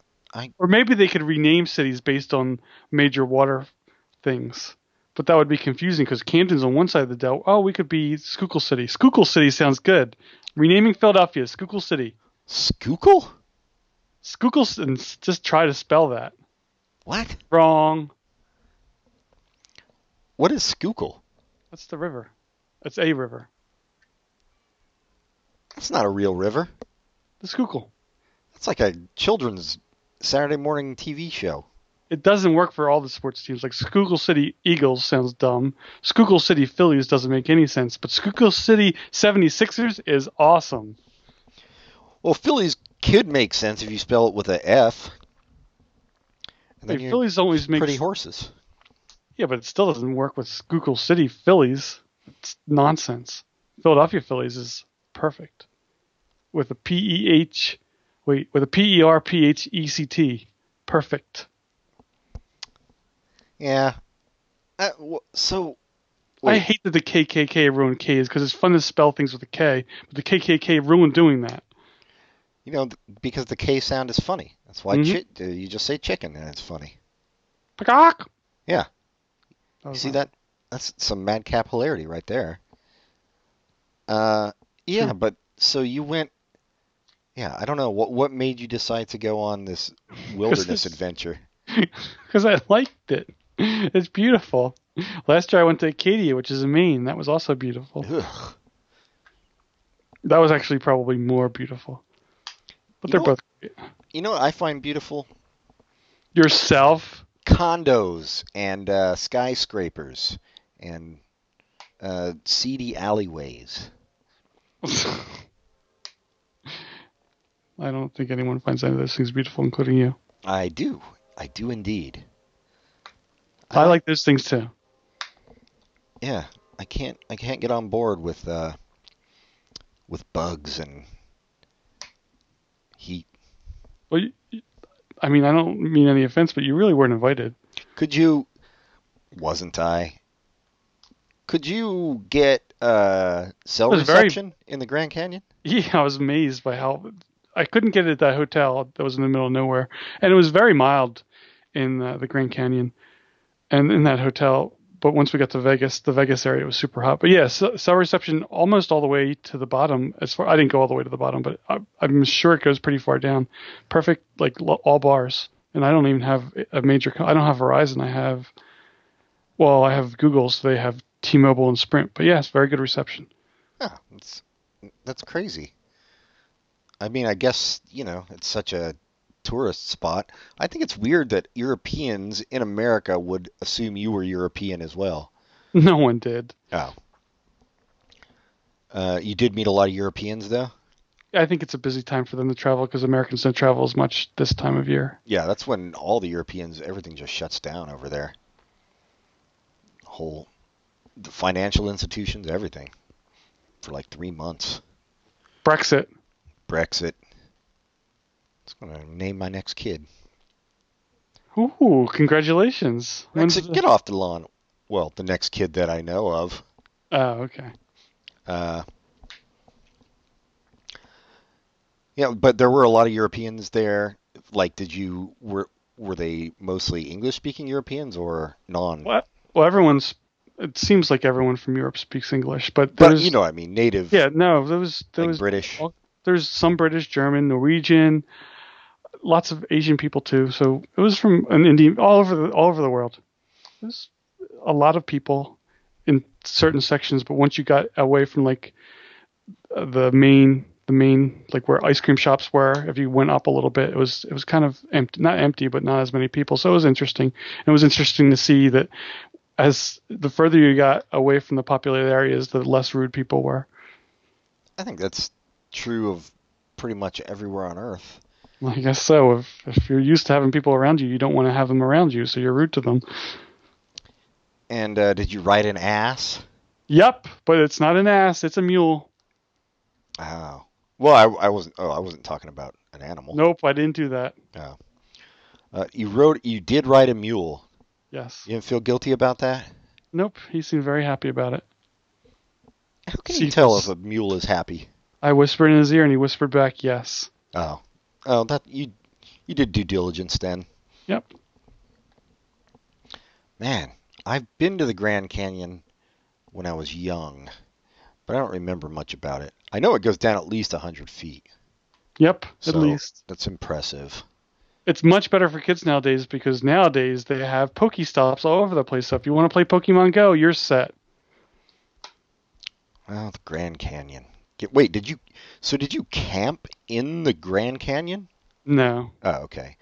Or maybe they could rename cities based on major water things. But that would be confusing because Camden's on one side of the Delaware. Oh, we could be Schuylkill City. Schuylkill City sounds good. Renaming Philadelphia Schuylkill City.
Schuylkill?
Schuylkill, C- and s- just try to spell that.
What?
Wrong.
What is Schuylkill?
That's the river. That's a river.
That's not a real river.
The Schuylkill.
That's like a children's Saturday morning TV show.
It doesn't work for all the sports teams. Like Schuylkill City Eagles sounds dumb. Schuylkill City Phillies doesn't make any sense. But Schuylkill City 76ers is awesome.
Well, Phillies could make sense if you spell it with a F. And
Hey,
you're
Phillies always makes
pretty horses.
Yeah, but it still doesn't work with Schuylkill City Phillies. It's nonsense. Philadelphia Phillies is perfect. With a P E H wait, with a P E R P H E C T. Perfect.
Yeah. Uh, wh- so
I
Wait.
hate that the KKK ruined K's because it's fun to spell things with a K, but the KKK ruined doing that.
you know th- because the K sound is funny. That's why
Mhm.
chi- uh, you just say chicken and it's funny.
Peacock.
Yeah.
That
You
was
see
nice.
that? That's some madcap hilarity right there. Uh, yeah,
True.
but so you went. Yeah, I don't know what what made you decide to go on this
it's-
wilderness adventure.
because I liked it. It's beautiful. Last year I went to Acadia, which is in Maine. That was also beautiful.
Ugh.
That was actually probably more beautiful. But
You
they're
know-
both
You know what I find beautiful?
yourself.
Condos and uh, skyscrapers and uh, seedy alleyways.
I don't think anyone finds any of those things beautiful, including you.
I do, I do indeed.
I like those things too.
Yeah, I can't I can't get on board with uh with bugs and heat.
Well, you, you- I mean, I don't mean any offense, but you really weren't invited.
Could you wasn't I? Could you get uh cell
It was very-
reception in the Grand Canyon?
Yeah, I was amazed by how I couldn't get it at that hotel that was in the middle of nowhere, and it was very mild in uh, the Grand Canyon and in that hotel. But once we got to Vegas, the Vegas area was super hot. But yeah, so, cell reception almost all the way to the bottom. As far I didn't go all the way to the bottom, but I, I'm sure it goes pretty far down. Perfect, like lo- all bars. And I don't even have a major. co- I don't have Verizon. I have, well, I have Google, so they have T-Mobile and Sprint. But yes, very good reception.
Yeah, that's that's crazy. I mean, I guess, you know, it's such a tourist spot. I think it's weird that Europeans in America would assume you were European as well.
No one did.
Oh. Uh, you did meet a lot of Europeans, though?
I think it's a busy time for them to travel because Americans don't travel as much this time of year.
Yeah, that's when all the Europeans, everything just shuts down over there. Whole the financial institutions, everything. For like three months.
Brexit.
Brexit. That's going to name my next kid.
Ooh, congratulations. When's
Brexit,
the-
get off the lawn. Well, the next kid that I know of.
Oh, okay.
Uh, yeah, but there were a lot of Europeans there. Like, did you were were they mostly English speaking Europeans or non?
Well, well, everyone's. It seems like everyone from Europe speaks English, but
But
there's.
you know, what I mean, native,
yeah, no, there was there
like
was
British.
there's some British, German, Norwegian, lots of Asian people too. So it was from an Indian all over the all over the world. There's a lot of people in certain sections, but once you got away from like uh, the main the main like where ice cream shops were, if you went up a little bit, it was it was kind of empty, not empty, but not as many people. So it was interesting. And it was interesting to see that as the further you got away from the populated areas, the less rude people were.
I think that's true of pretty much everywhere on Earth.
Well, I guess so. If if you're used to having people around you, you don't want to have them around you, so you're rude to them.
And uh, did you ride an ass?
Yep, but it's not an ass; it's a mule.
Oh, well, I, I wasn't. Oh, I wasn't talking about an animal.
Nope, I didn't do that.
Uh, you rode. You did ride a mule.
Yes.
You didn't feel guilty about that.
Nope. He seemed very happy about it.
How can
See,
you tell if
that's-
a mule is happy?
I whispered in his ear, and he whispered back, "Yes."
Oh, oh, that you you did due diligence then.
Yep.
Man, I've been to the Grand Canyon when I was young, but I don't remember much about it. I know it goes down at least 100 feet.
Yep.
So
At least
that's impressive.
it's much better for kids nowadays because nowadays they have Pokestops all over the place. So if you want to play Pokemon Go, you're set.
Well, the Grand Canyon. Get, wait, did you? So did you camp in the Grand Canyon?
No.
Oh, okay.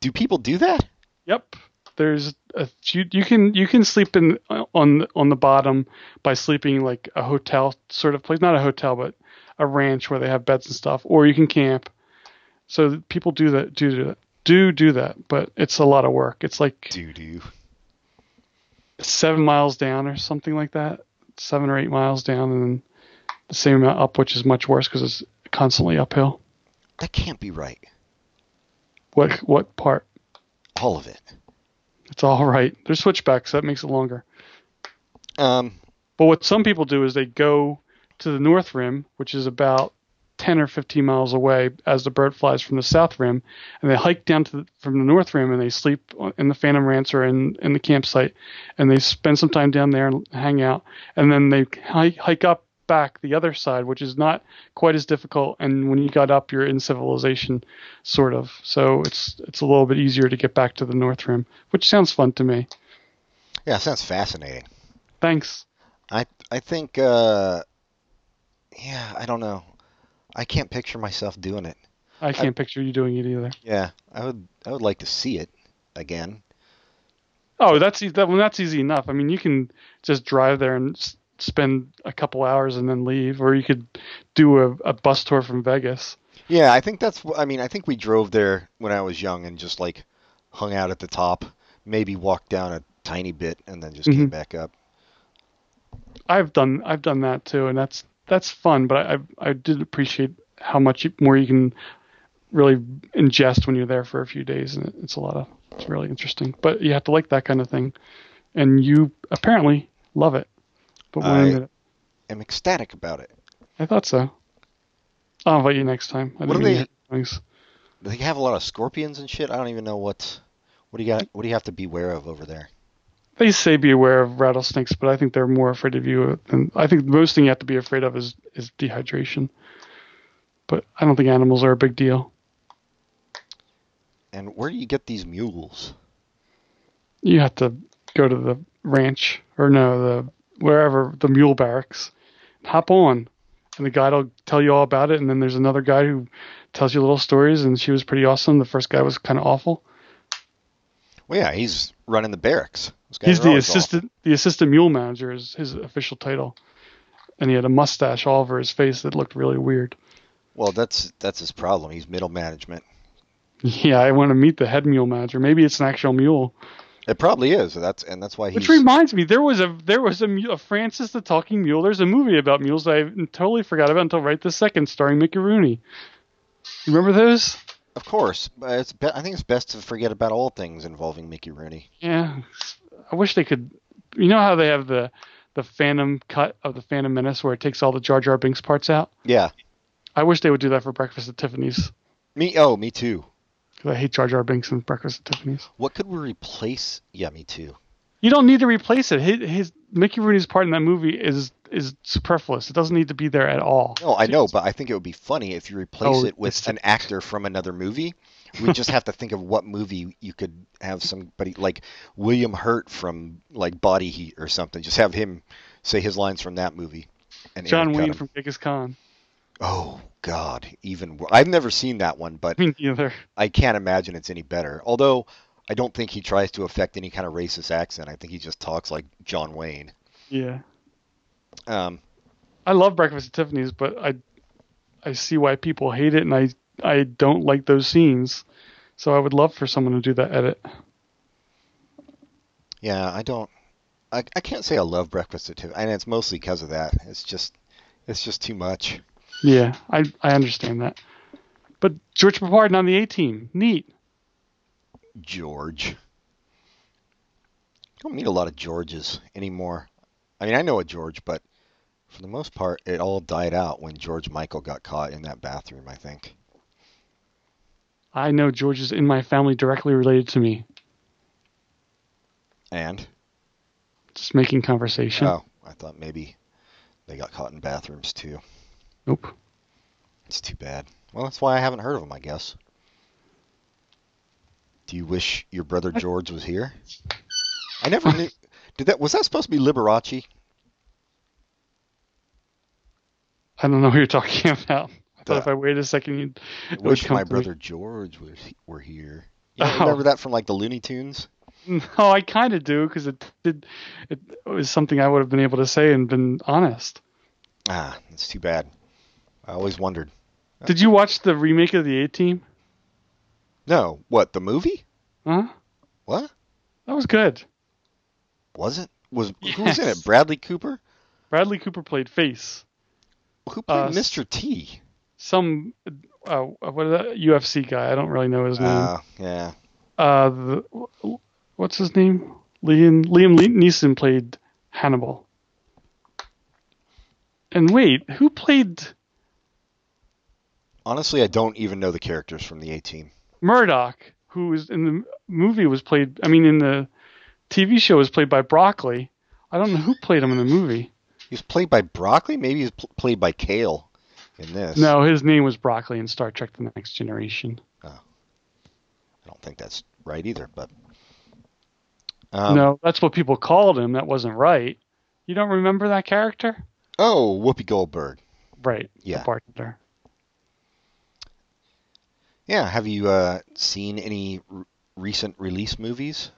Do people do that?
Yep. There's a you, you can you can sleep in uh, on on the bottom by sleeping like a hotel sort of place, not a hotel but a ranch where they have beds and stuff, or you can camp. So people do that do do that do do that, but it's a lot of work. It's like
Do do.
seven miles down or something like that, seven or eight miles down, and then the same amount up, which is much worse because it's constantly uphill.
That can't be right.
What what part?
All of it.
It's all right. There's switchbacks. That makes it longer.
Um.
But what some people do is they go to the North Rim, which is about 10 or 15 miles away as the bird flies from the South Rim, and they hike down to the, from the North Rim and they sleep on- in the Phantom Ranch or in, in the campsite, and they spend some time down there and hang out, and then they hike, hike up back the other side, which is not quite as difficult. And when you got up, you're in civilization, sort of. So it's it's a little bit easier to get back to the North Rim, which sounds fun to me.
Yeah, sounds fascinating.
Thanks.
I I think. Uh, yeah, I don't know. I can't picture myself doing it.
I can't picture you doing it either.
Yeah, I would. I would like to see it again.
Oh, that's easy. That, well, that's easy enough. I mean, you can just drive there and s- spend a couple hours and then leave, or you could do a, a bus tour from Vegas.
Yeah, I think that's. wh- I mean, I think we drove there when I was young and just like hung out at the top, maybe walked down a tiny bit, and then just came
Mhm.
back up.
I've done I've done that too, and that's that's fun. But I I, I did appreciate how much you- more you can really ingest when you're there for a few days, and it's a lot of it's really interesting. But you have to like that kind of thing, and you apparently love it. But when
I-
I, did-
I'm ecstatic about it.
I thought so. I'll invite you next time. I
What
didn't
do
mean
they-
to- thanks.
They have a lot of scorpions and shit. I don't even know what's. What do you got? What do you have to beware of over there?
they say be aware of rattlesnakes, but I think they're more afraid of you. And I think the most thing you have to be afraid of is is dehydration. But I don't think animals are a big deal.
And where do you get these mules?
You have to go to the ranch or no, the wherever the mule barracks, hop on, and the guide'll tell you all about it. And then there's another guy who tells you little stories, and she was pretty awesome. The first guy was kind of awful.
Well, yeah, he's running the barracks. Those guys
He's
are
the
always off.
assistant. The assistant mule manager is his official title, and he had a mustache all over his face that looked really weird.
Well, that's that's his problem. He's middle management.
Yeah, I want to meet the head mule manager. Maybe it's an actual mule.
It probably is. That's and that's why he's.
Which reminds me, there was a there was a, mule, a Francis the Talking Mule. There's a movie about mules that I totally forgot about until right this second, starring Mickey Rooney. You remember those?
Of course, but it's be- I think it's best to forget about all things involving Mickey Rooney.
Yeah. I wish they could. You know how they have the the Phantom cut of the Phantom Menace where it takes all the Jar Jar Binks parts out.
Yeah,
I wish they would do that for Breakfast at Tiffany's
me. Oh, me too.
because I hate Jar Jar Binks and Breakfast at Tiffany's.
What could we replace? Yeah, me too.
You don't need to replace it. His, his Mickey Rooney's part in that movie is is superfluous. It doesn't need to be there at all.
No, Oh, I know, but I think it would be funny if you replace
Oh,
it with
it's-
an actor from another movie. We just have to think of what movie you could have somebody like William Hurt from like Body Heat or something. Just have him say his lines from that movie. And
John
intercut
Wayne
him.
from Genghis Khan.
Oh God, even wor- I've never seen that one, but
Me neither.
I can't imagine it's any better. Although I don't think he tries to affect any kind of racist accent. I think he just talks like John Wayne.
Yeah,
Um,
I love Breakfast at Tiffany's, but I I see why people hate it, and I I don't like those scenes. So I would love for someone to do that edit.
yeah, I don't. I, I can't say I love Breakfast at Tiffany's, and it's mostly because of that. It's just, it's just too much.
Yeah, I I understand that. But George Papardin on the A team, neat.
George. I don't meet a lot of Georges anymore. I mean, I know a George, but for the most part, it all died out when George Michael got caught in that bathroom. I think.
I know George is in my family directly related to me.
And
Just making conversation.
oh, I thought maybe they got caught in bathrooms too.
Nope.
It's too bad. Well, that's why I haven't heard of him, I guess. Do you wish your brother George was here? I never knew. Did that was that supposed to be Liberace?
I don't know who you're talking about. I thought
The-
if I waited a second, you'd.
I
it would
wish
come
my
to me.
brother George was were here. You don't
Oh.
remember that from like the Looney Tunes?
No, I kind of do because it did. It was something I would have been able to say and been honest.
Ah, it's too bad. I always wondered.
Did you watch the remake of the A Team?
No, what the movie?
Huh?
What
That was good.
was it? Was who was in
Yes.
it? Bradley Cooper?
Bradley Cooper played Face,
Who played
Uh,
Mr. T?
some uh, what is that UFC guy. I don't really know his name.
Ah, yeah.
uh, the, what's his name? Liam Liam Le- Neeson played Hannibal. And wait, who played
Honestly, I don't even know the characters from the A Team.
Murdoch? Who was in the movie was played. I mean, in the TV show was played by Broccoli. I don't know who played him in the movie.
He's played by Broccoli. Maybe he's pl- played by Kale in this.
No, his name was Broccoli in Star Trek: The Next Generation.
I don't think that's right either. But um,
no, that's what people called him. That wasn't right. You don't remember that character?
Oh, Whoopi Goldberg.
Right. the
Yeah.
bartender.
Yeah. Have you uh, seen any r- recent release movies?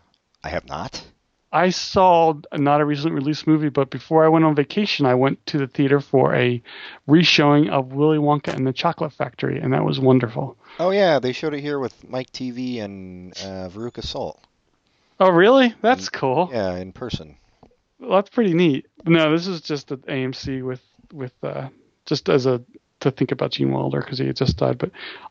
I have not.
I saw not a recent release movie, but before I went on vacation, I went to the theater for a reshowing of Willy Wonka and the Chocolate Factory, and that was wonderful.
Oh yeah, they showed it here with Mike TV and uh, Veruca Salt.
Oh, really? That's cool.
Mm-hmm. Yeah, in person.
Well, that's pretty neat. No, this is just at AMC with with uh, just as a to think about Gene Wilder because he had just died. But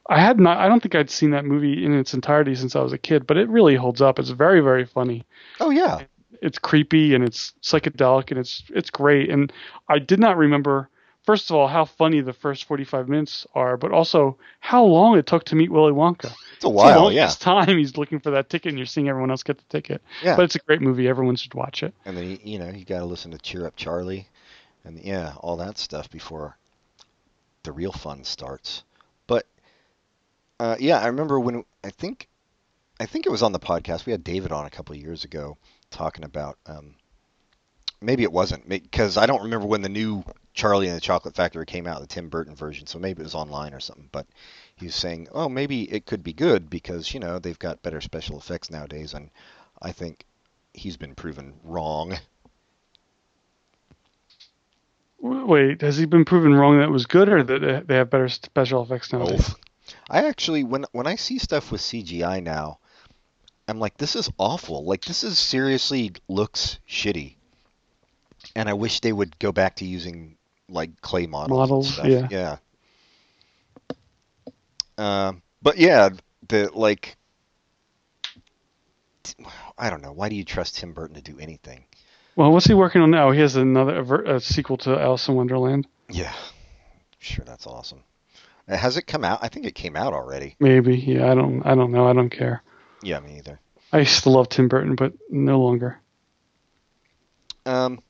I had not. I don't think I'd seen that movie in its entirety since I was a kid. But it really holds up. It's very very funny.
Oh yeah.
it's creepy and it's psychedelic and it's it's great and I did not remember first of all how funny the first 45 minutes are but also how long it took to meet Willy Wonka.
It's a
it's the
while. Yeah.
longest time he's looking for that ticket and you're seeing everyone else get the ticket.
Yeah.
But it's a great movie everyone should watch it.
And then you know you got to listen to Cheer Up Charlie, and yeah, all that stuff before the real fun starts. But uh, yeah, I remember when I think I think it was on the podcast we had David on a couple of years ago talking about um, maybe it wasn't because I don't remember when the new Charlie and the Chocolate Factory came out, the Tim Burton version. So maybe it was online or something. But he was saying, oh, maybe it could be good because you know they've got better special effects nowadays, and I think he's been proven wrong.
W- Wait, has he been proven wrong that it was good or that uh, they have better special effects now?
Both. I actually, when when I see stuff with CGI now, I'm like, this is awful. Like this is seriously looks shitty. And I wish they would go back to using like clay models. and
Models,
stuff.
yeah.
Yeah. Um, but yeah, the like, I don't know. Why do you trust Tim Burton to do anything?
Well, what's he working on now? He has another a, ver- a sequel to Alice in Wonderland.
Yeah, sure, that's awesome. Uh, Has it come out? I think it came out already.
Maybe. Yeah, I don't I don't know. I don't care.
Yeah, me either.
I used to love Tim Burton, but no longer.
Um,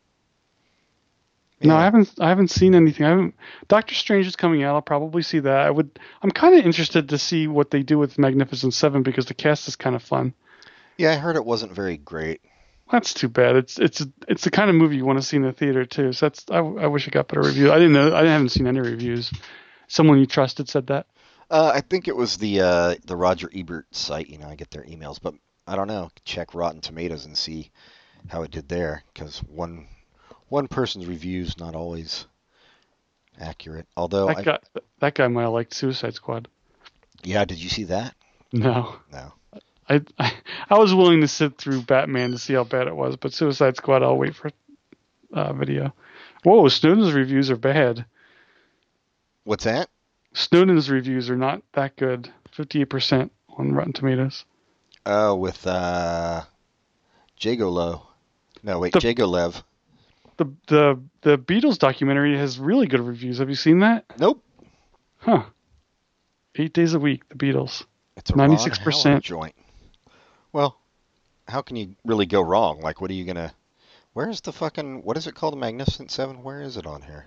No,
yeah.
I haven't. I haven't seen anything. I haven't. Doctor Strange is coming out. I'll probably see that. I would. I'm kind of interested to see what they do with Magnificent Seven because the cast is kind of fun.
Yeah, I heard it wasn't very great.
That's too bad. It's it's it's the kind of movie you want to see in the theater too. So that's. I, I wish I got better reviews. I didn't know. I haven't seen any reviews. Someone you trusted said that.
Uh, I think it was the uh, the Roger Ebert site. You know, I get their emails, but I don't know. Check Rotten Tomatoes and see how it did there, because one one person's reviews not always accurate. Although,
That
Oh, I,
guy. That guy might have liked Suicide Squad.
yeah, did you see that?
No.
No.
I, I I was willing to sit through Batman to see how bad it was, but Suicide Squad, I'll wait for uh, video. Whoa, Snowden's reviews are bad.
What's that?
Snowden's reviews are not that good. Fifty-eight percent on Rotten Tomatoes.
Oh, with uh, Jago Low. No, wait,
The-
Jago Lev.
The the the Beatles documentary has really good reviews. Have you seen that?
Nope.
Huh. Eight days a week, the Beatles.
It's a
96%.
Ron Howard joint. Well, how can you really go wrong? Like, what are you gonna? Where's the fucking? What is it called? The Magnificent Seven? Where is it on here?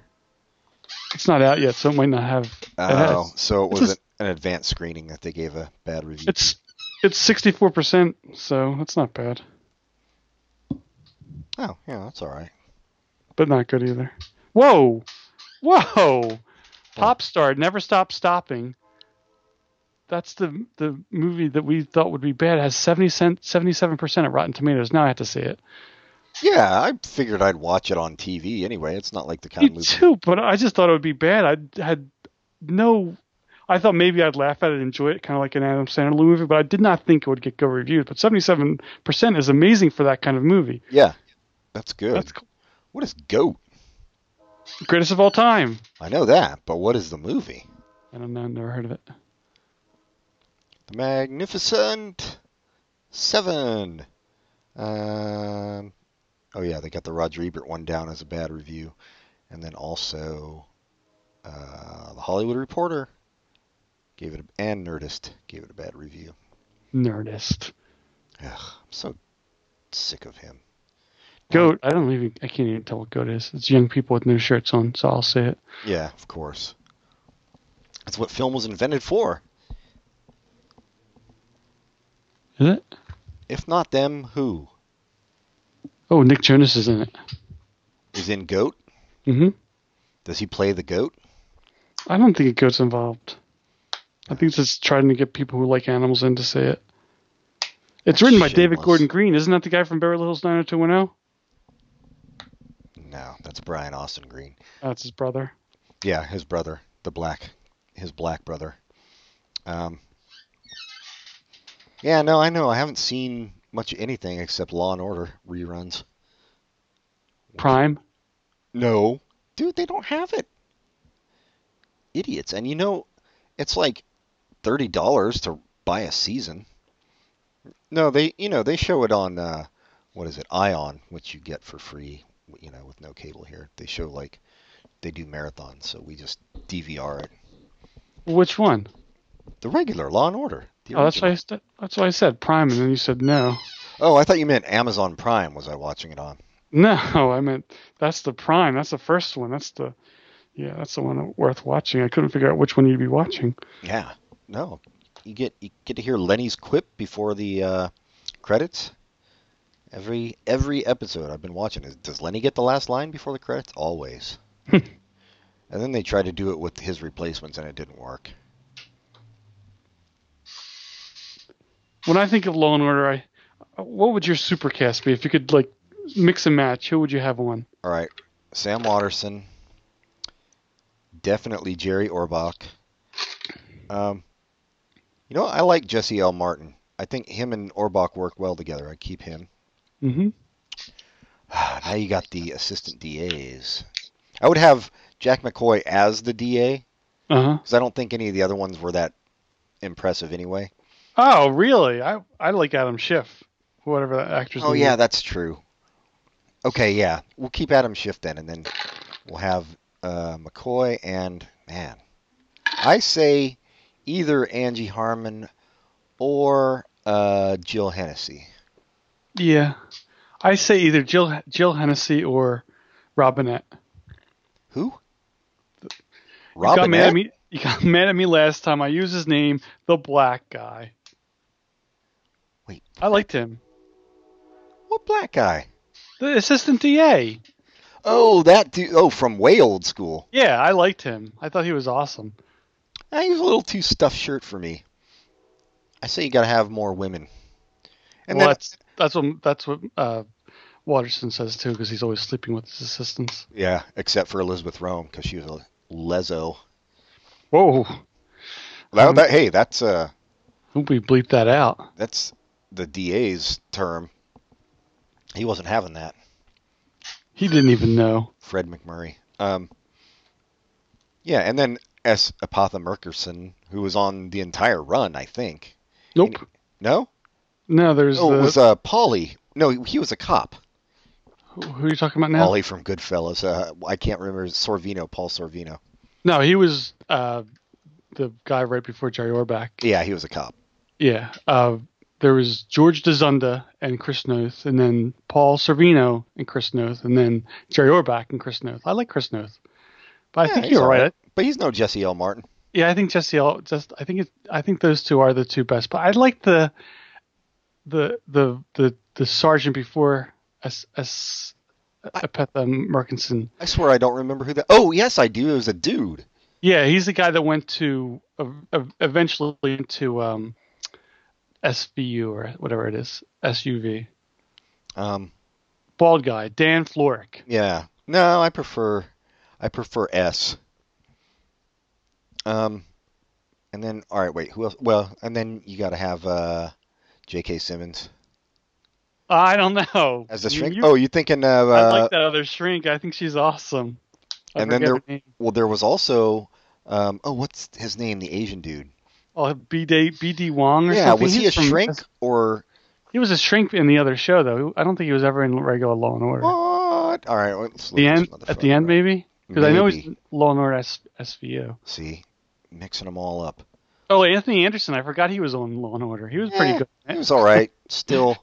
It's not out yet, so it might not have. it
Oh,
has-
so it
It's
was
just-
an, an advanced screening that they gave a bad review.
It's it's sixty four percent, so that's not bad,
Oh, yeah, that's all right.
but not good either. Whoa, whoa, pop star never stops stopping. That's the the movie that we thought would be bad. It has seventy seventy seven percent at Rotten Tomatoes. Now I have to see it.
Yeah, I figured I'd watch it on TV anyway. It's not like the kind
Me
of movie.
too, but I just thought it would be bad. I had no. I thought maybe I'd laugh at it, enjoy it, kind of like an Adam Sandler movie, but I did not think it would get good reviews. But seventy-seven percent is amazing for that kind of movie.
Yeah, that's good.
That's cool.
What is Goat?
greatest of all time.
I know that, but what is the movie?
I don't know, never heard of it.
The Magnificent Seven. Um, oh yeah, they got the Roger Ebert one down as a bad review, and then also uh, the Hollywood Reporter gave it a, and Nerdist gave it a bad review.
Nerdist.
Ugh, I'm so sick of him.
Goat. I don't even. I can't even tell what goat is. It's young people with no shirts on, so I'll say it.
Yeah, of course. That's what film was invented for.
Is it?
If not them, who
Oh, Nick Jonas is in it.
is in Goat?
hmm
Does he play the goat?
I don't think goat's involved. I think it's just trying to get people who like animals in to say it. It's written by David
Shameless.
Gordon Green. Isn't that the guy from Beverly Hills 90210?
No, that's Brian Austin Green.
That's his brother.
Yeah, his brother, the black, his black brother. Um, yeah, no, I know. I haven't seen much of anything except Law and Order reruns.
Prime.
No, dude, they don't have it. Idiots, and you know, it's like thirty dollars to buy a season. No, they, you know, they show it on uh, what is it, Ion, which you get for free, you know, with no cable here. They show like they do marathons, so we just DVR it.
Which one?
The regular Law and Order. the
Oh, that's why I
original.
st- that's why I said Prime, and then you said no.
Oh, I thought you meant Amazon Prime. Was I watching it on?
No, I meant that's the Prime. That's the first one. That's the yeah, that's the one worth watching. I couldn't figure out which one you'd be watching.
Yeah. No, you get you get to hear Lenny's quip before the uh, credits. Every every episode I've been watching is does Lenny get the last line before the credits? Always. and then they tried to do it with his replacements, and it didn't work.
When I think of Law and Order, I what would your supercast be if you could like mix and match? Who would you have on?
All right, Sam Watterson. Definitely Jerry Orbach. Um, you know, I like Jesse L. Martin. I think him and Orbach work well together. I keep him.
Mm-hmm.
now you got the assistant DAs. I would have Jack McCoy as the DA
Uh huh.
because I don't think any of the other ones were that impressive anyway.
Oh, really? I I like Adam Schiff, whatever that actor's.
Oh
name
yeah,
is.
that's true. Okay, yeah, we'll keep Adam Schiff then, and then we'll have uh, McCoy and man, I say either Angie Harmon or uh, Jill Hennessy.
yeah. I say either Jill Jill Hennessy or Robinette.
Who?
You got mad
Robinette.
at me. You got mad at me last time. I used his name, the black guy.
Wait.
I liked him.
What black guy?
The assistant DA.
Oh, that dude. Oh, from way old school.
Yeah, I liked him. I thought he was awesome.
Ah, he was a little too stuffed shirt for me. I say you gotta have more women. And then,
well, that's that's what that's what uh, Watterson says too, because he's always sleeping with his assistants.
yeah, except for Elizabeth Rome because she was a lezo.
Whoa! Um,
That, that- hey, that's uh,
Hope we bleep that out.
that's the DA's term. He wasn't having that,
He didn't even know.
Fred McMurray. Um, yeah, and then S. Apatha Murkerson, who was on the entire run, I think.
Nope.
No,
No, there's
oh,
the.
it was uh, Polly. No, he- he was a cop.
who who are you talking about now?
Polly from Goodfellas. Uh, I can't remember Sorvino, Paul Sorvino.
No, he was uh, the guy right before Jerry Orbach.
Yeah, he was a cop.
Yeah. Uh, there was George DeZunda and Chris Noth, and then Paul Servino and Chris Noth, and then Jerry Orbach and Chris Noth. I like Chris Noth. But I
Yeah,
think
he's
you're
all
right.
But he's no Jesse L. Martin.
yeah, I think Jesse. L- Just I think it, I think those two are the two best. But I like the the the the the sergeant before S S Epetha Merkinson.
I swear I don't remember who that. Oh yes, I do. It was a dude.
Yeah, he's the guy that went to uh, eventually went to um, SVU or whatever it is SUV.
Um,
Bald guy, Dan Florek.
yeah. No, I prefer I prefer S. Um, and then all right, wait, who else? Well, and then you got to have uh, J.K. Simmons
I don't know.
as the
You-
shrink.
you-
oh, you thinking of? Uh,
I like that other shrink. I think she's awesome. I
And then
forget
there-
her name.
Well, there was also. Um, oh, what's his name? The Asian dude.
oh, BD BD Wong or
Yeah,
something.
was he a
He's from
shrink
S-
or
He was a shrink in the other show, though. I don't think he was ever in regular Law and Order.
what? All right, let's
At the
look
end,
this
at the end,
motherfucker up.
maybe because I know he's
Maybe.
in Law and Order S- SVU.
See, mixing them all up.
Oh, Anthony Anderson. I forgot he was on Law and Order. He was
Yeah,
pretty
It
good.
Eh,
eh?
was all right. Still,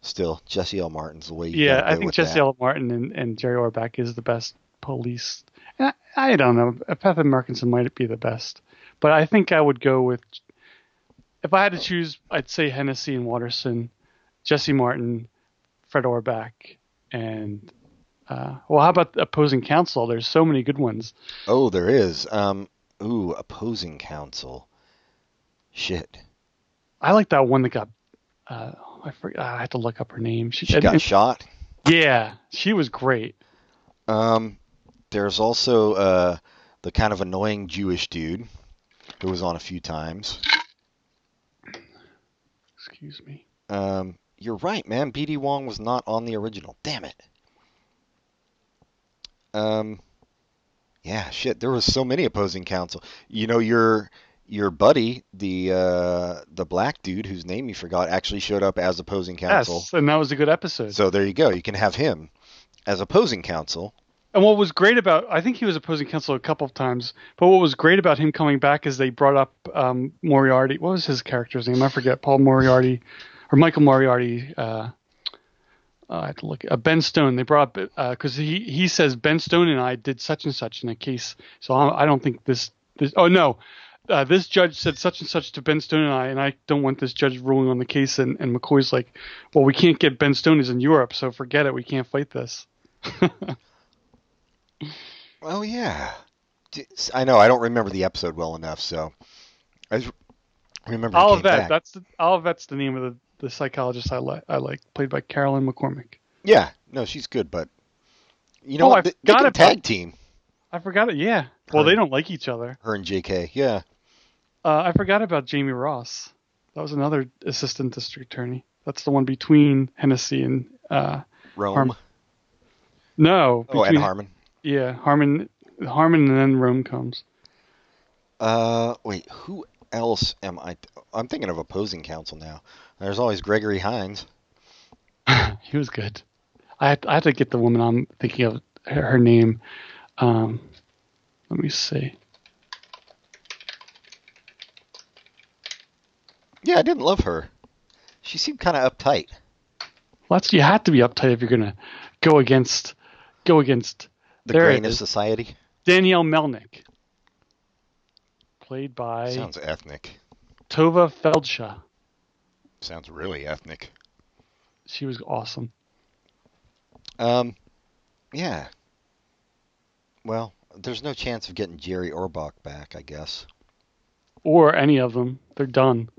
still Jesse L. Martin's the way. You
Yeah,
gotta
I
go
think
with
Jesse
that.
L. Martin and, and Jerry Orbach is the best police. And I, I don't know. Pathan Markinson might be the best, but I think I would go with. If I had to choose, I'd say Hennessy and Watterson, Jesse Martin, Fred Orbach, and uh, well, how about the opposing counsel? There's so many good ones.
Oh, there is. Um, ooh, opposing counsel. Shit,
I like that one that got. Uh, I forget. I have to look up her name. She,
she got shot.
Yeah, she was great.
Um, there's also uh the kind of annoying Jewish dude who was on a few times.
Excuse me.
Um, you're right, man. BD Wong was not on the original. Damn it. Um, yeah, shit. There was so many opposing counsel. You know, your your buddy, the uh, the black dude whose name you forgot, actually showed up as opposing counsel.
Yes, and that was a good episode.
So there you go. You can have him as opposing counsel.
And what was great about, I think he was opposing counsel a couple of times, but what was great about him coming back is they brought up um, Moriarty. What was his character's name? I forget. Paul Moriarty or Michael Moriarty. Uh, uh, I have to look. Uh, ben Stone. They brought up because he he says Ben Stone and I did such and such in a case. So I, I don't think this this. Oh no. Uh, this judge said such and such to Ben Stone and I, and I don't want this judge ruling on the case. And, and McCoy's like, "Well, we can't get Ben Stone. He's in Europe, so forget it. We can't fight this."
Oh yeah, D- s- I know. I don't remember the episode well enough, so I just remember. he came
Olivet.
back.
That's the, Olivet's the name of the, the psychologist I like. I like, played by Carolyn McCormick.
Yeah, no, she's good, but you know
Oh,
what?
I
They, they
forgot
can
about-
tag team
I forgot it. Yeah. Well,
Right.
they don't like each other.
her and JK. Yeah,
Uh, I forgot about Jamie Ross. That was another assistant district attorney. That's the one between Hennessy and uh,
Rome.
Harmon. no.
Oh, and
between-
Harmon.
Yeah, Harmon. Harmon, and then Rome comes.
Uh, wait, who else am I? I'm thinking of opposing counsel now. There's always Gregory Hines.
He was good. I had, I had to get the woman I'm thinking of her, her name. Um, let me see.
Yeah, I didn't love her. She seemed kind of uptight.
Well, that's you have to be uptight if you're gonna go against go against
The
There
grain
it
of
is.
society
Danielle Melnick, played by
sounds ethnic.
Tova Feldsha.
Sounds really ethnic.
She was awesome.
Um, yeah. Well, there's no chance of getting Jerry Orbach back, I guess.
Or any of them, they're done.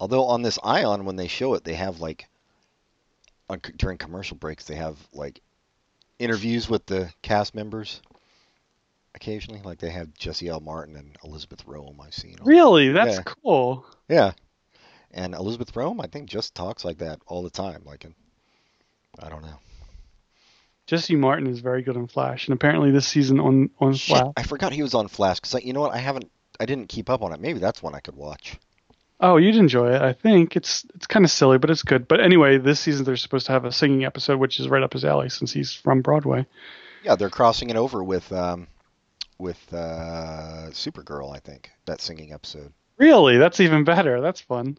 Although on this Ion, when they show it, they have like on, c- during commercial breaks, they have like interviews with the cast members occasionally. Like they have Jesse L. Martin and Elizabeth Rome. I've seen. on-
Really, that's
Yeah.
cool.
Yeah. And Elizabeth Rome, I think, just talks like that all the time. Like, in, I don't know.
Jesse Martin is very good on Flash, and apparently this season on on
Shit,
Flash.
I forgot he was on Flash. Cause I, you know what? I haven't. I didn't keep up on it. Maybe that's one I could watch.
Oh, you'd enjoy it. I think it's it's kind of silly, but it's good. But anyway, this season they're supposed to have a singing episode, which is right up his alley since he's from Broadway.
Yeah, they're crossing it over with um, with uh, Supergirl, I think. That singing episode.
Really, that's even better. That's fun.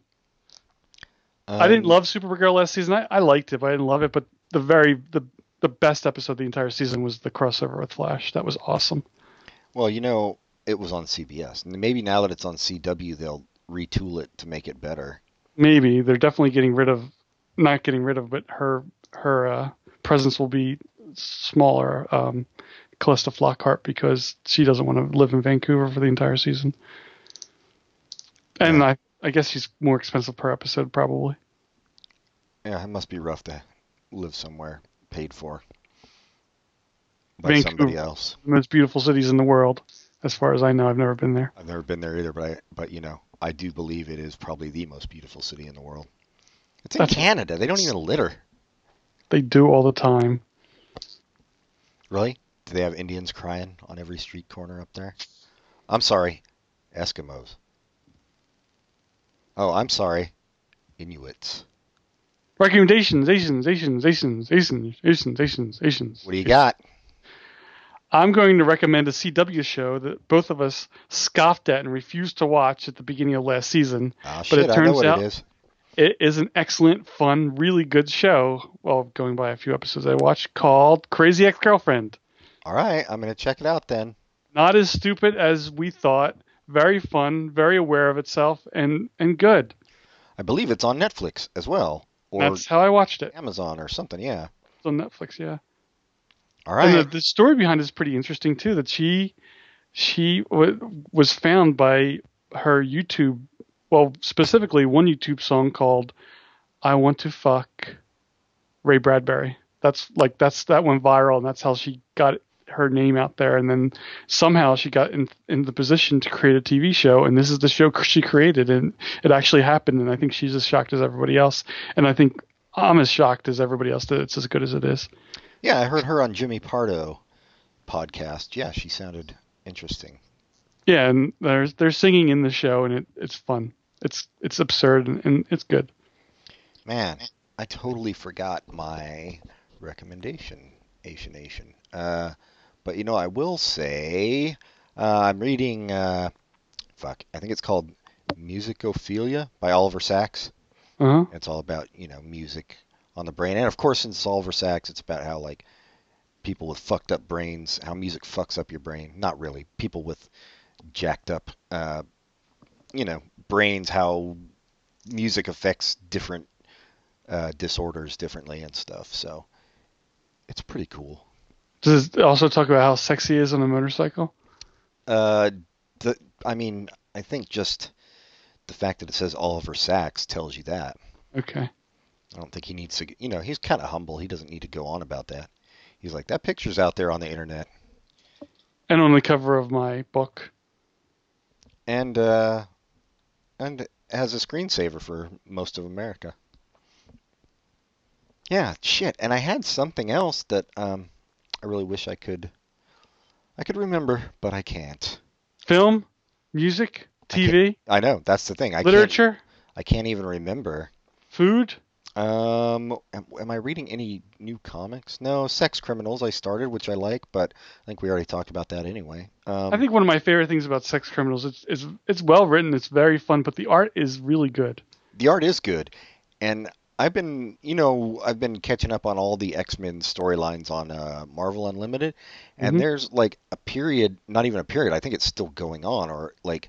I didn't
Um,
love Supergirl last season. I, I liked it, but I didn't love it. But the very the the best episode of the entire season was the crossover with Flash. That was awesome.
Well, you know, it was on CBS. And maybe now that it's on CW, they'll retool it to make it better.
Maybe they're definitely getting rid of, not getting rid of, but her her uh, presence will be smaller. Um, Callista Flockhart because she doesn't want to live in Vancouver for the entire season. And I, I guess she's more expensive per episode probably.
Yeah, it must be rough to live somewhere paid for by
Vancouver.
somebody else.
The most beautiful cities in the world, as far as I know. I've never been there.
I've never been there either, but I, but you know, I do believe it is probably the most beautiful city in the world. It's in
That's-
Canada. They don't even litter.
They do all the time.
Really? Do they have Indians crying on every street corner up there? I'm sorry, Eskimos. Oh, I'm sorry, Inuits.
Recommendations, Asians, Asians, Asians, Asians, Asians, Asians, Asians.
What do you got?
I'm going to recommend a CW show that both of us scoffed at and refused to watch at the beginning of last season.
Ah,
but
shit,
it
I know
turns
what
out
it is.
It is an excellent, fun, really good show. Well, going by a few episodes I watched called Crazy Ex Girlfriend.
All right, I'm gonna check it out then.
not as stupid as we thought. Very fun, very aware of itself, and and good.
I believe it's on Netflix as well, or
That's how I watched it
Amazon or something. Yeah.
It's on Netflix. Yeah,
All right.
and the, the story behind it is pretty interesting too. That she she w- was found by her YouTube, well, specifically one YouTube song called "I Want to Fuck Ray Bradbury." That's like that's that went viral, and that's how she got her name out there. And then somehow she got in in the position to create a TV show, and this is the show she created, and it actually happened. And I think she's as shocked as everybody else, and I think I'm as shocked as everybody else that it's as good as it is.
Yeah, I heard her on Jimmy Pardo podcast. Yeah, she sounded interesting.
Yeah, and there's they're singing in the show, and it, it's fun. It's it's absurd and, and it's good.
Man, I totally forgot my recommendation, Asian Asian. Uh, but you know, I will say uh, I'm reading. Uh, fuck, I think it's called Musicophilia by Oliver Sacks.
Uh huh.
It's all about you know music on the brain, and of course, since it's Oliver Sacks, it's about how like people with fucked up brains, how music fucks up your brain. Not really. People with jacked up, uh, you know, brains, how music affects different uh, disorders differently and stuff. So it's pretty cool.
Does it also talk about how sexy he is on a motorcycle?
Uh, the, I mean, I think just the fact that it says Oliver Sacks tells you that.
Okay.
I don't think he needs to. g- You know, he's kind of humble. He doesn't need to go on about that. He's like, that picture's out there on the internet.
And on the cover of my book.
and uh, and has a screensaver for most of America. Yeah, shit. And I had something else that um, I really wish I could I could remember, but I can't.
Film, music, TV,
I know that's the thing. I Can't,
literature,
I can't even remember.
food.
Um, am, am I reading any new comics? No, Sex Criminals I started, which I like, but I think we already talked about that anyway. Um,
I think one of my favorite things about Sex Criminals it's it's, it's well written, it's very fun, but the art is really good.
the art is good, and I've been, you know, I've been catching up on all the X Men storylines on uh, Marvel Unlimited, and
Mhm.
there's like a period, not even a period. I think it's still going on, or like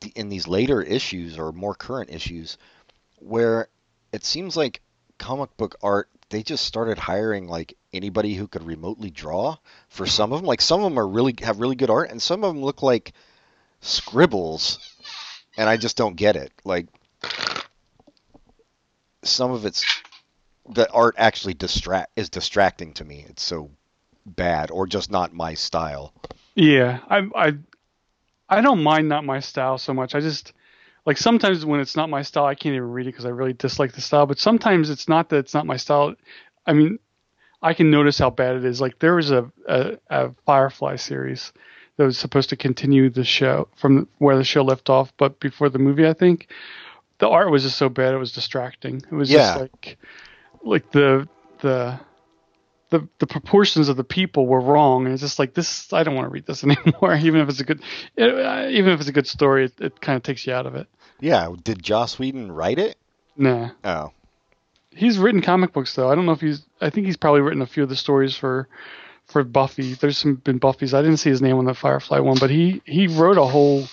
the, in these later issues or more current issues, where it seems like comic book art. They just started hiring like anybody who could remotely draw for some of them. Like some of them are really have really good art, and some of them look like scribbles, and I just don't get it. Like some of it's the art actually distract is distracting to me. It's so bad or just not my style.
Yeah, I I I don't mind not my style so much. I just like sometimes when it's not my style, I can't even read it because I really dislike the style. But sometimes it's not that it's not my style. I mean, I can notice how bad it is. Like there was a a, a Firefly series that was supposed to continue the show from where the show left off, but before the movie, I think the art was just so bad it was distracting. It was
Yeah.
just like like the the the the proportions of the people were wrong, and it's just like this. I don't want to read this anymore. even if it's a good, it, uh, even if it's a good story, it, it kind of takes you out of it.
Yeah, did Joss Whedon write it?
Nah,
Oh,
he's written comic books though. I don't know if he's. I think he's probably written a few of the stories for for Buffy. There's some been Buffy's. I didn't see his name on the Firefly one, but he he wrote a whole.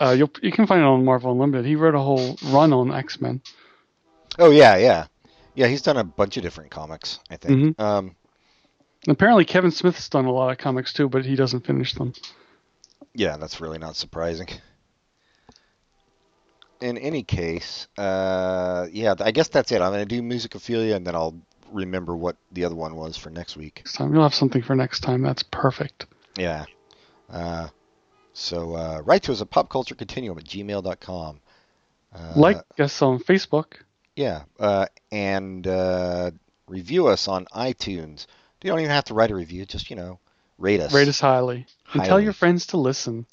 Uh, you'll, you can find it on Marvel Unlimited. He wrote a whole run on X Men.
Oh yeah, yeah, yeah. He's done a bunch of different comics. I think. Um,
Apparently, Kevin Smith's done a lot of comics too, but he doesn't finish them.
yeah, that's really not surprising. In any case, uh, yeah, I guess that's it. I'm gonna do Musicophilia, and then I'll remember what the other one was for next week.
Next time, you'll have something for next time. That's perfect.
Yeah. Uh, so uh, write to us at popculturecontinuum at gmail.com. Uh,
like us on Facebook.
Yeah. Uh, and uh, review us on iTunes. You don't even have to write a review. Just, you know, rate us.
Rate us highly. And tell
Highly.
your friends to listen.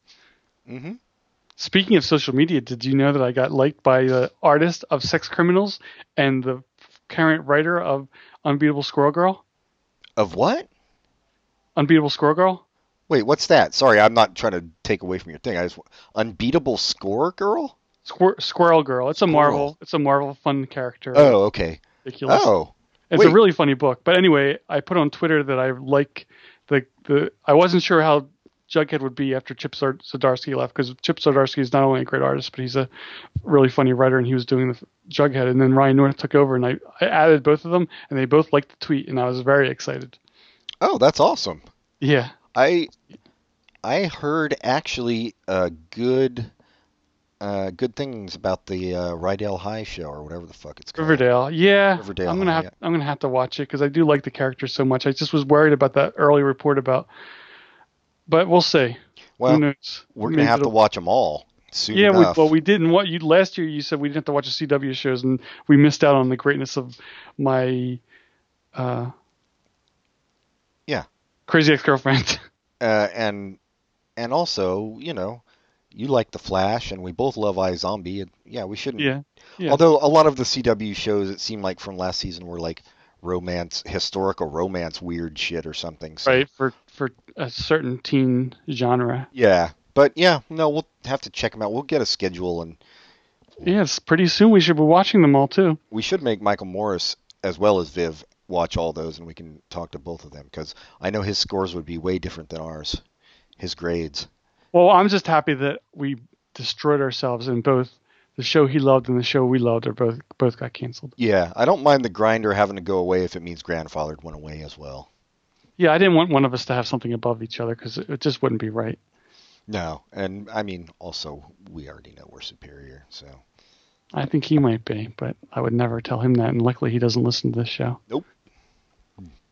Mhm.
Speaking of social media, did you know that I got liked by the artist of Sex Criminals and the current writer of Unbeatable Squirrel Girl?
Of what?
Unbeatable Squirrel Girl?
Wait, what's that? Sorry, I'm not trying to take away from your thing. I just unbeatable score girl.
Squir- Squirrel Girl. It's a
Squirrel.
Marvel. It's a Marvel fun character.
Oh, okay.
Ridiculous.
Oh,
It's
Wait.
a really funny book. But anyway, I put on Twitter that I like the the. I wasn't sure how Jughead would be after Chip Zar- Zdarsky left because Chip Zdarsky is not only a great artist but he's a really funny writer and he was doing the f- Jughead and then Ryan North took over and I, I added both of them and they both liked the tweet and I was very excited.
oh, that's awesome.
Yeah,
I I heard actually uh, good uh, good things about the uh, Rydell High show or whatever the fuck it's called.
Riverdale. Yeah,
Riverdale,
I'm gonna
huh,
have
yeah.
I'm gonna have to watch it because I do like the character so much. I just was worried about that early report about. But we'll see. Who
Well,
knows?
we're
Maybe
gonna have to
it'll-
watch them all soon
Mm-hmm. Yeah, we,
enough.
well, we didn't. What you last year you said we didn't have to watch the CW shows, and we missed out on the greatness of my uh,
Yeah.
crazy ex girlfriend.
uh, and and also, you know, you like the Flash, and we both love iZombie. And yeah, we shouldn't.
yeah, yeah.
Although a lot of the CW shows, it seemed like from last season, were like romance, historical romance, weird shit or something. So,
right for for a certain teen genre.
Yeah, but yeah, no, we'll have to check them out. We'll get a schedule, and
Yes, pretty soon we should be watching them all too.
we should make Michael Morris as well as Viv watch all those, and we can talk to both of them because I know his scores would be way different than ours. His grades.
Well, I'm just happy that we destroyed ourselves in both the show he loved and the show we loved are both both got canceled.
Yeah, I don't mind the grinder having to go away if it means grandfathered went away as well.
Yeah, I didn't want one of us to have something above each other because it, it just wouldn't be right.
No, and I mean also we already know we're superior, so
I think he might be, but I would never tell him that. And luckily, he doesn't listen to this show.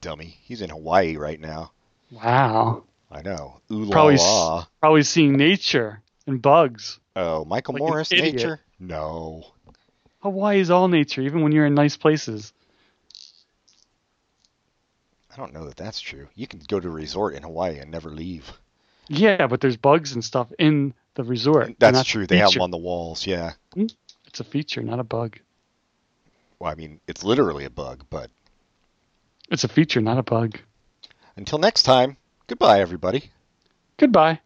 dummy. He's in Hawaii right now.
Wow.
I know. Ooh la
Probably s-
la.
Probably seeing nature and bugs.
Oh, Michael
like an
Morris,
idiot.
nature. No.
Hawaii is all nature, even when you're in nice places.
I don't know that that's true. You can go to a resort in Hawaii and never leave.
Yeah, but there's bugs and stuff in the resort. They're
That's
not
true.
a
They have
feature.
them on the walls. Yeah.
It's a feature, not a bug.
Well, I mean, it's literally a bug, but
It's a feature, not a bug.
until next time, goodbye, everybody.
Goodbye.